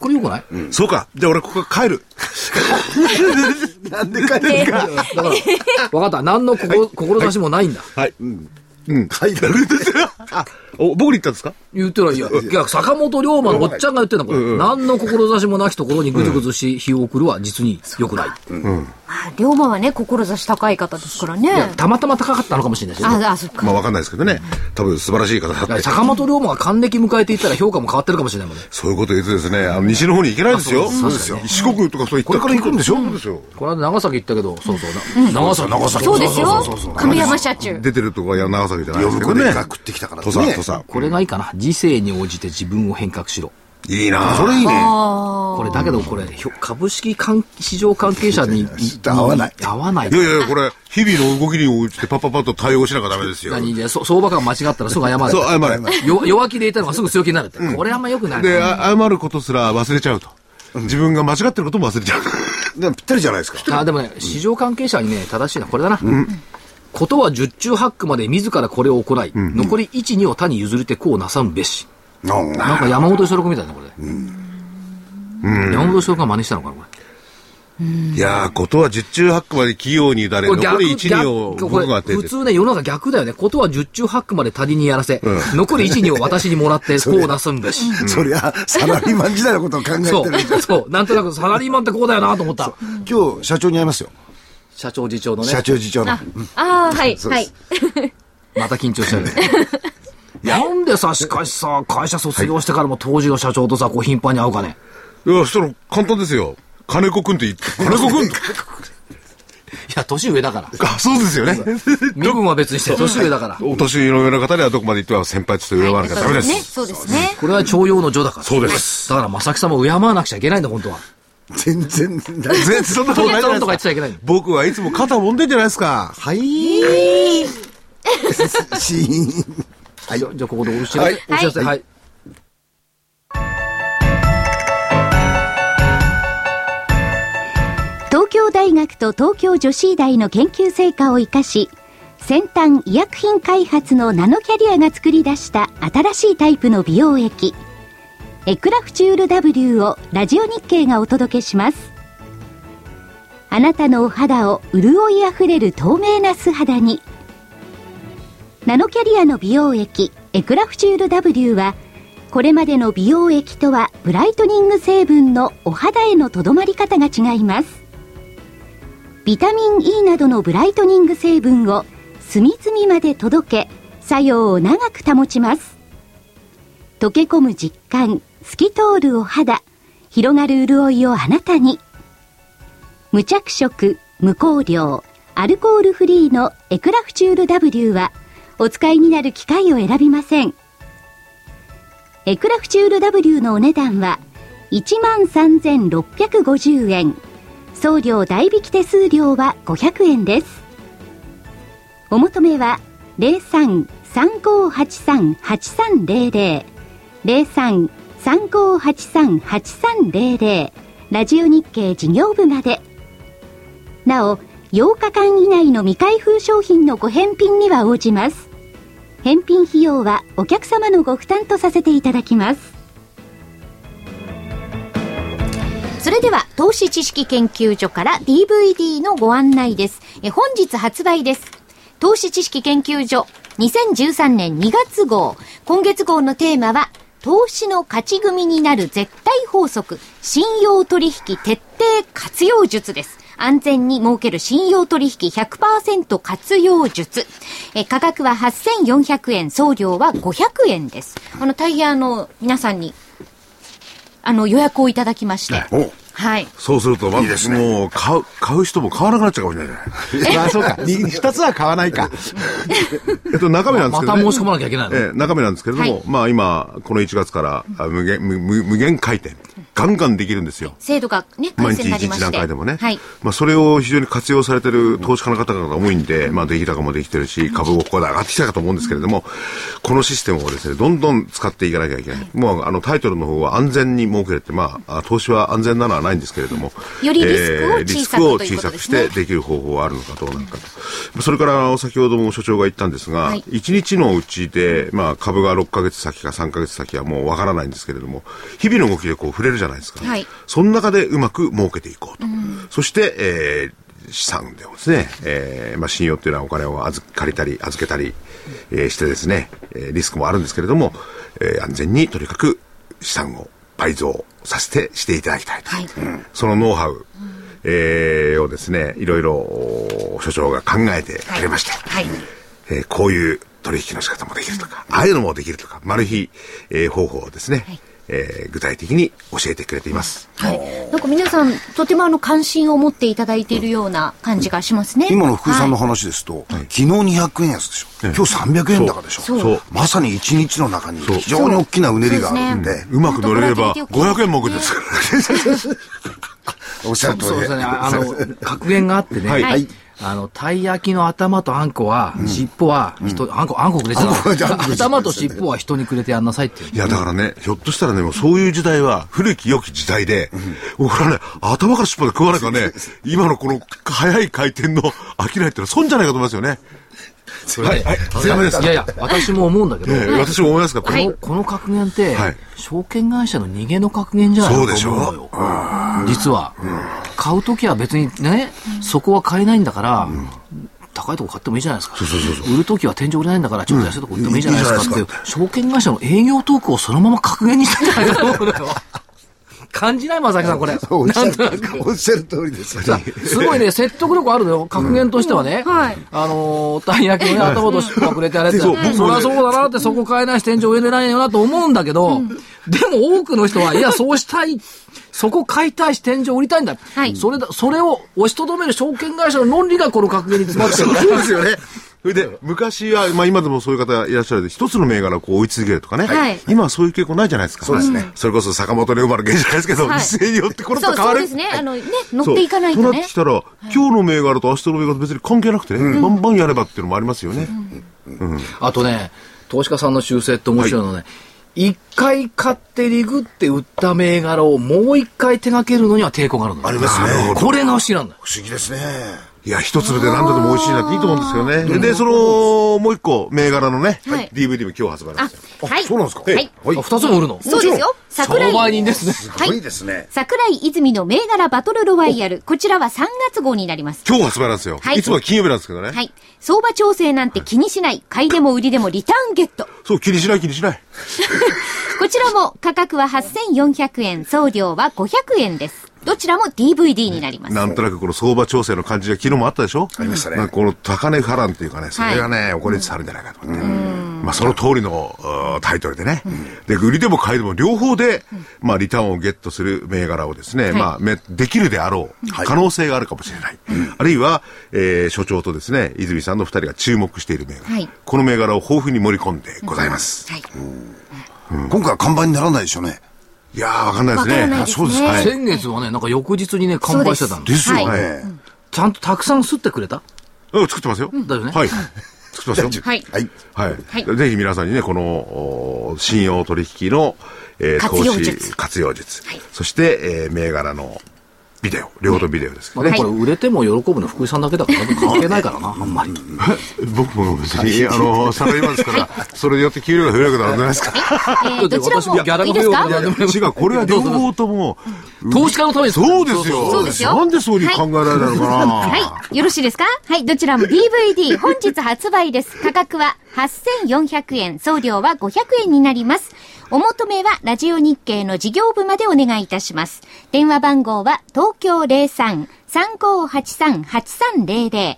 E: これよくない、
F: はいそうか。じゃあ俺、ここから帰る。
C: なんでかね、
E: だから、わかった。何のここ志もないんだ。
F: はい。うん。うん。はい。 あ、お、僕に言ったんですか
E: 言ってない。いや、いや坂本龍馬のおっちゃんが言ってんだ、これ。何の志もなきところにぐずぐずして火を送るは、実に良くない。
G: あ龍馬はね、志高い方ですからね。
E: たまたま高かったのかもしれないし。
G: あ、あ、そっか。
F: まあ、わかんないですけどね。多分、素晴らしい方だっ
E: いや
F: て。
E: 坂本龍馬が還暦迎えていったら評価も変わってるかもしれないもんね。
F: そういうこと言うとですね、あの、西の方に行けないですよ。そうですよ。四国とかそう行ったから行くんでしょそうですよ。
E: この間長崎行ったけど、そうそう。な長崎。長崎
G: そうですよ。亀山社中。
F: 出てるとこは長崎じゃないです
C: 夜
F: け
C: 子
F: ど
C: で
F: ね
C: イ。カ食ってきたから
F: 土佐、土佐。
E: これがいいかな。時勢に応じて自分を変革しろ。
F: いいな
C: それいいね。
E: これだけどこれひょ株式関市場関係者に
C: 合わない
E: 合わない
F: いやいやいや、これ、日々の動きに応じてパッパッパッと対応しなきゃダメですよ。
E: 何でそ相場感間違ったらすぐ謝れ
F: そう、謝れ。
E: よ弱気でいたのがすぐ強気になるって、これあんま良くない
F: で、あ謝ることすら忘れちゃうと。自分が間違ってることも忘れちゃう。
C: でもぴったりじゃないですか。
E: あでもね市場関係者にね正しいのはこれだな、ことは十中八九まで自らこれを行い、残り一二を他に譲りてこうなさむべし、なんか山本五十六みたいなこれ、山本五十六が真似したのかなこれ
F: いやー、ことは十中八九まで企業に至れ、
E: これ
F: 残り一二を
E: 逆こ
F: 僕が
E: れ
F: 出て
E: 普通ね、世の中逆だよね。ことは十中八九まで他人にやらせ、残り一二を私にもら って、こうなすんべし。
C: そりゃ、サラリーマン時代のことを考えて
E: そ
C: るんじゃ
E: う、そう、なんとなくサラリーマンってこうだよなと思った。
C: 今日、社長に会いますよ。
E: 社長次長のね、
C: 社長次長の。
G: ああ、はい、はい。
E: また緊張しちゃうね。 なんでさ、しかしさ、会社卒業してからも当時の社長とさ、こう頻繁に会うかね。
F: いや、その、簡単ですよ。金子くんって言って、金子くん
E: いや、年上だから。
F: あ、そうですよね。
E: 身分は別にして、年上だから。
F: お年の上の方にはどこまで行っては先輩ちょっと上回らなきゃダメです。
G: そうですね。
E: これは徴用の女だから。
F: そうです。
E: だから、正木さんも敬わなくちゃいけないんだ、本当は。
C: 全然ない。
F: 全然そんなこと
E: ト
F: ない
E: ント
F: じゃな
E: ンと
F: いで
E: か言
F: す
E: ってちゃいけないんだよ。
F: 僕はいつも肩揉んでんじゃないですか。
C: はい。シーン。
E: はい、じゃあ、ここでお知らせ、お知らせ、
G: はい
E: はい。
G: 東京大学と東京女子医大の研究成果を生かし先端医薬品開発のナノキャリアが作り出した新しいタイプの美容液エクラフチュール W をラジオ日経がお届けしますあなたのお肌を潤いあふれる透明な素肌にナノキャリアの美容液エクラフチュール W はこれまでの美容液とはブライトニング成分のお肌へのとどまり方が違いますビタミン E などのブライトニング成分を隅々まで届け作用を長く保ちます溶け込む実感透き通るお肌広がる潤いをあなたに無着色無香料アルコールフリーのエクラフチュール W はお使いになる機械を選びませんエクラフチュール W のお値段は13,650円送料代引き手数料は500円ですお求めは03-3583-8300 03-3583-8300ラジオ日経事業部までなお8日間以内の未開封商品のご返品には応じます返品費用はお客様のご負担とさせていただきますそれでは投資知識研究所から DVD のご案内ですえ本日発売です投資知識研究所2013年2月号今月号のテーマは投資の勝ち組になる絶対法則信用取引徹底活用術です安全に儲ける信用取引100%活用術。え、価格は8400円、送料は500円です。あの、大変あの、皆さんに、あの、予約をいただきまして。
C: お
G: はい。
F: そうすると、ま
C: いいです
F: ず
C: ね
F: もう、買う、買う人も買わなくなっちゃうかもしれない じゃない。
A: まあそう か。に二つは買わないか。
F: えっと、中身なんで
E: ま
F: すけど、
E: た
F: ね。
E: 申し込まなきゃいけないの、
F: ええ、中身なんですけれども、
G: はい
F: まあ今、この1月からあ無限、無無無限回転、ガンガンできるんですよ。
G: 制度がね、改
F: 毎
G: 正に
F: 日
G: なり
F: 1
G: ま
F: 日
G: して。
F: 何回でもね。
G: はい。
F: まあそれを非常に活用されてる投資家の方々が多いんで、まあ出来高もできてるし、株もここで上がってきたかと思うんですけれども、このシステムをですね、どんどん使っていかなきゃいけない。もうあのタイトルの方は安全に儲けるって、まああ投資は安全なのはないんですけれども、
G: よりリスクを
F: えーリス
G: 小さ
F: ク
G: く
F: を
G: という
F: 小
G: こと
F: さ
G: で
F: く
G: す
F: し
G: ね
F: てできる方法はあるのかどうなのかと。それからあの先ほども所長が言ったんですが、
G: はい
F: 1日のうちで、まあ株が6ヶ月先か3ヶ月先はもうわからないんですけれども、日々の動きでこう触れるじゃないですか。
G: はい
F: その中でうまく儲けていこうと。そして、えー資産でもですね、えーまあ、信用っていうのはお金を預借りたり、預けたり、えーしてですね、えーリスクもあるんですけれども、えー安全にとにかく資産を倍増させて、していただきたいと。
G: はい
F: うんそのノウハウ、えーをですね、いろいろお所長が考えてくれまして、
G: はい。
F: えーこういう取引の仕方もできるとか、ああいうのもできるとか、マル秘、えー方法をですね、
G: い
F: えー具体的に教えてくれています。
G: はい。なんか皆さん、とてもあの、関心を持っていただいているような感じがしますね。
C: 今の福井さんの
G: はい
C: 話ですと、昨日200円安でしょ、今日300円高でしょ
G: そうそう
C: まさに1日の中に非常に大きなうねりがあるんで
G: そうですね
F: うまく乗れれば
G: 本当ボラテ
F: 500
G: ィリティ大きい
F: 円儲けですから。
C: おっしゃる
E: そう
C: 通
E: で
C: りです
E: ね。ああの、格言があってね。
F: はい
G: はい
E: あの、たい焼きの頭とあんこは、尻尾は、人、あんこ、あんこくれて
C: あんこくれてあんこくれて
E: 頭と尻尾は人にくれてやんなさいっていう。
F: いや、だからね、ひょっとしたらね、もうそういう時代は、古き良き時代で、僕らね、頭から尻尾で食わなきゃね、今のこの早い回転の商いってのは損じゃないかと思いますよね。はい、はい、ダメです
E: いやいや、私も思うんだけど、
F: ええ私も思いますが、こ
E: こ
F: の、
E: の、この格言って、
F: はい
E: 証券会社の逃げの格言じゃない
F: そ
E: か
F: うでし
E: と
F: ょ
E: 思うのよ。実は、買うときは別にね、そこは買えないんだから、高いとこ買ってもいいじゃないですか。売るときは天井売れないんだから、ちょっと安いとこ売ってもいいじゃないですかっていう、証券会社の営業トークをそのまま格言にしたんじゃないかと思う のよ。感じない、正木さん、これ。
C: おっしゃ
E: なん
C: る
E: となく。
C: おっしゃる通りです
E: さすごいね、説得力あるのよ。格言としてはね。
G: うんはい
E: あのー、たい焼きのね頭と尻尾はくれてあれって。
F: そ
E: そう
F: 僕もね
E: りゃそうだなって、そこ買えないし、天井上れないよなと思うんだけど、でも多くの人は、いや、そうしたい。そこ買いたいし、天井売りたいんだ。
G: はい
E: それだ、それを押しとどめる証券会社の論理がこの格言に詰まってるから。
F: そうですよね。それで、昔は、まあ今でもそういう方いらっしゃるんで、一つの銘柄をこう追い続けるとかね。
G: はい
F: 今はそういう傾向ないじゃないですか。そう
C: ですね。
F: それこそ坂本龍馬の芸じゃないですけど、
G: はい
F: 一斉によってこれと
G: そう、
F: 変わ
G: そう
F: る。
G: ですね。あの、ね、乗っていかない
F: そ
G: と
F: うなっ
G: ね
F: てき。たら、今日の銘柄と明日の銘柄と別に関係なくてね、バンバンやればっていうのもありますよね。
E: あとね、投資家さんの修正って面白いのね、一、回買ってリグって売った銘柄をもう一回手掛けるのには抵抗があるのよ
C: ありますね
E: これが不思議なんだよ。
C: 不思議ですね
F: いや、一粒で何度でも美味しいなっていいと思うんですよね。で、その、もう一個、銘柄のね、
G: はい
F: DVD も今日発売なんですよ。
G: あ、はい。
C: そうなんですか
G: はい。
E: あ二つも売るの
G: そうですよ。桜井
E: 商売人ですね。
C: すごいですね。
G: 桜井泉の銘柄バトルロワイヤル。こちらは3月号になります。
F: 今日発売なんですよ。
G: はい
F: いつもは金曜日なんですけどね。
G: はい。相場調整なんて気にしない。買いでも売りでもリターンゲット。
F: そう、気にしない気にしない。
G: こちらも価格は8400円、送料は500円です。どちらも DVD になります。
F: なんとなくこの相場調整の感じが昨日もあったでしょあり
C: ましたね
F: この高値波乱っていうかね、それがね、起こりつつあるんじゃないかと思って。まあその通りのうんタイトルでね。で、売りでも買いでも両方で、まあリターンをゲットする銘柄をですね、まあめできるであろう、可能性があるかもしれない。あるいは、えー所長とですね、泉さんの二人が注目している銘柄。
G: はい
F: この銘柄を豊富に盛り込んでございます。
G: はい。
C: 今回は看板にならないでしょうね。
F: いやー、わかんないですね。
G: わからない
F: あ
G: ですね
F: そうですか。はい
E: 先月はね、なんか翌日にね、完売してたん
G: そ
E: で
G: う
E: す。
C: ですよね。
G: はい
E: ちゃんとたくさん吸ってくれた
F: うん作ってますよ。
E: だよね
F: はい。作ってますよ。
G: はい。
C: はい。
F: はい。
G: はい
F: ぜひ皆さんにね、この、お信用取引の、えー
G: 活用術
F: 投資活用術。
G: はい
F: そして、えー銘柄のビデオ、両方とビデオですけ
E: ま
F: ど
E: あ
F: ね。
E: でもこれ売れても喜ぶの福井さんだけだから関係ないからな、あんまり。
F: 僕も別に、あの、サラリーマンですから、それによって給料が増えるわけではないです か
G: えー、どちら
E: いやギャ
G: も
E: ラ
G: いい
E: の方
G: です
E: よ
G: か
E: いやでも
F: ら。違う、これは両方とも、
E: 投資家のために
F: そうですよ。
G: そうですよ
F: なんでそういうふうに考えられたのかな。
G: はい。よろしいですかはい。どちら も DVD 本日発売です。価格は8400円、送料は500円になります。お求めはラジオ日経の事業部までお願いいたします。電話番号は東京03-3583-8300、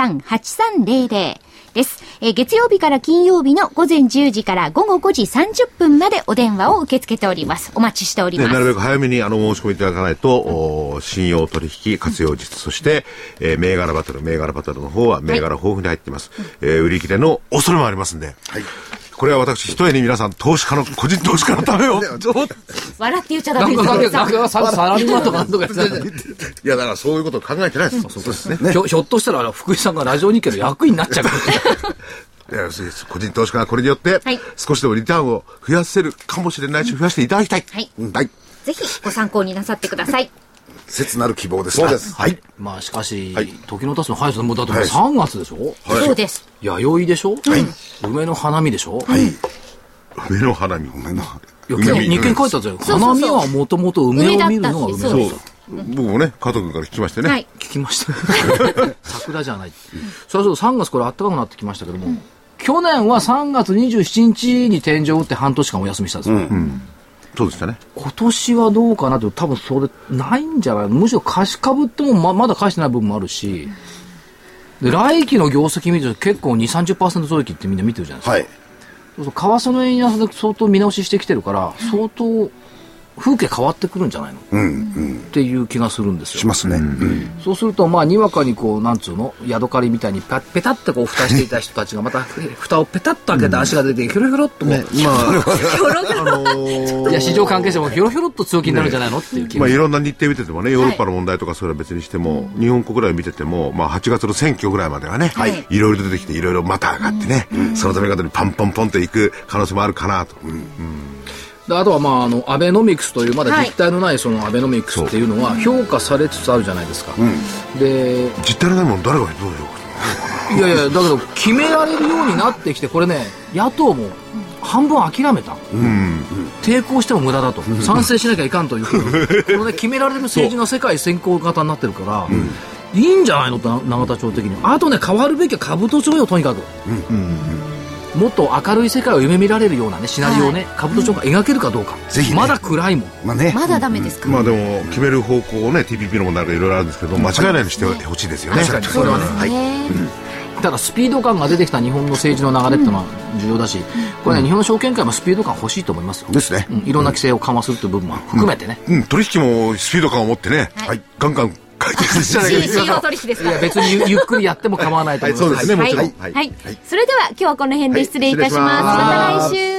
G: 03-3583-8300です。えー月曜日から金曜日の午前10時から午後5時30分までお電話を受け付けております。お待ちしておりま
F: ね、
G: す。
F: なるべく早めにあのお申し込みいただかないと、お信用取引活用術、そして、えー銘柄バトル、銘柄バトルの方は銘柄豊富に入っています。えー売り切れの恐れもありますんで。これは私、ひとえに皆さん、投資家の、個人投資家のためを。
G: 笑って言っちゃダ
E: な
G: メ
E: ん
G: で
E: か、
G: す
E: なんか、
G: さ
E: なんんか、さサラリーマンとかなんとかやってたら
F: いや、だからそういうことを考えてないです。そうですね。
E: ひょひょっとしたら、あの福井さんがラジオ日経の役員になっちゃうかもしれない。
F: いやそうです個人投資家がこれによって
G: はい、
F: 少しでもリターンを増やせるかもしれないし、増やしていただきたい。
G: はい
F: うんはい。
G: ぜひご参考になさってください。
C: 切なる希望ですな。そうです。はい。
E: まあ、しかし
F: はい、
E: 時の経つの早さ、もうだってもう3月でしょ
G: そうです。
E: 弥生でしょ梅の花見でしょ
F: 梅の花見。
C: 梅
E: いや、
C: の
E: 今日
F: 梅
E: 2件書いてあったじゃん。
G: そうそう
E: 花見はもともと梅を見るのが梅だ
G: 梅だったしそう
E: と
G: で
E: 聞
G: す
F: 僕もね、加藤君から聞きましてね。
G: はい。
E: きました。 桜じゃない。それはそう3月これ暖かくなってきましたけども、去年は3月27日に天井を打って半年間お休みしたんですよ。
F: そうでしたね。
E: 今年はどうかなと、多分それないんじゃないむしろ貸し株ってもままだ貸してない部分もあるし、で来期の業績見ると結構2、30%増益ってみんな見てるじゃないですか。
C: はい。
E: そうそう為替の円安で相当見直ししてきてるから、相当風景変わってくるんじゃないの、っていう気がするんですよ。
C: しますね。
E: そうすると、まあ、にわかにこう、なんつうの、ヤドカリみたいにパ、ペタってこう、蓋していた人たちが、また、 ふ蓋をペタッと開けて足が出て、ひょろひょろっともう、いや、市場関係者もひょろひょろっと強気になるんじゃないのっていう気
F: ま
E: が
F: あ、いろんな日程見ててもね、ヨーロッパの問題とかそれは別にしても、日本国内見てても、まあ、8月の選挙ぐらいまではね、
G: はい
F: い、ろいろ出てきて、いろいろまた上がってね、そのため方にパンパンポンと行く可能性もあるかなと。
E: であとは、まあ、あの、アベノミクスという、まだ実態のない、そのアベノミクスっていうのは、評価されつつあるじゃないですか。で、
F: 実態のないもの誰がどうしよ
E: いやいや、だけど、決められるようになってきて、これね、野党も、半分諦めた。抵抗しても無駄だと、賛成しなきゃいかんというふうにこのね、決められる政治が世界先行型になってるから、いいんじゃないのとな永田町的にあとね変わるべきは兜町よとにかく、もっと明るい世界を夢見られるようなねシナリオをね、兜町が描けるかどうか、
C: ぜひね
E: まだ暗いもん
C: まあね。
G: まだダメですか
F: う。まあでも、決める方向をね、TPP の問題がいろいろあるんですけど、間違いないようにしてほしいですよね。
E: 確かにそれはね
G: え
E: ただスピード感が出てきた日本の政治の流れってのは重要だし、これね、日本の証券界もスピード感欲しいと思いますよ、
C: ですね
E: うんいろんな規制を緩和するという部分も含めてね、
F: うん、取引もスピード感を持ってね、はい、ガンガン解決していただけ
G: ー、
F: る
G: 信用取引ですか
E: いや
G: ら。
E: 別にゆ ゆっくりやっても構わないと思います、
F: はいそうですね
G: はい。
F: もちろん
G: はい。それでは今日はこの辺で失礼いたします。
F: はい
G: また来週。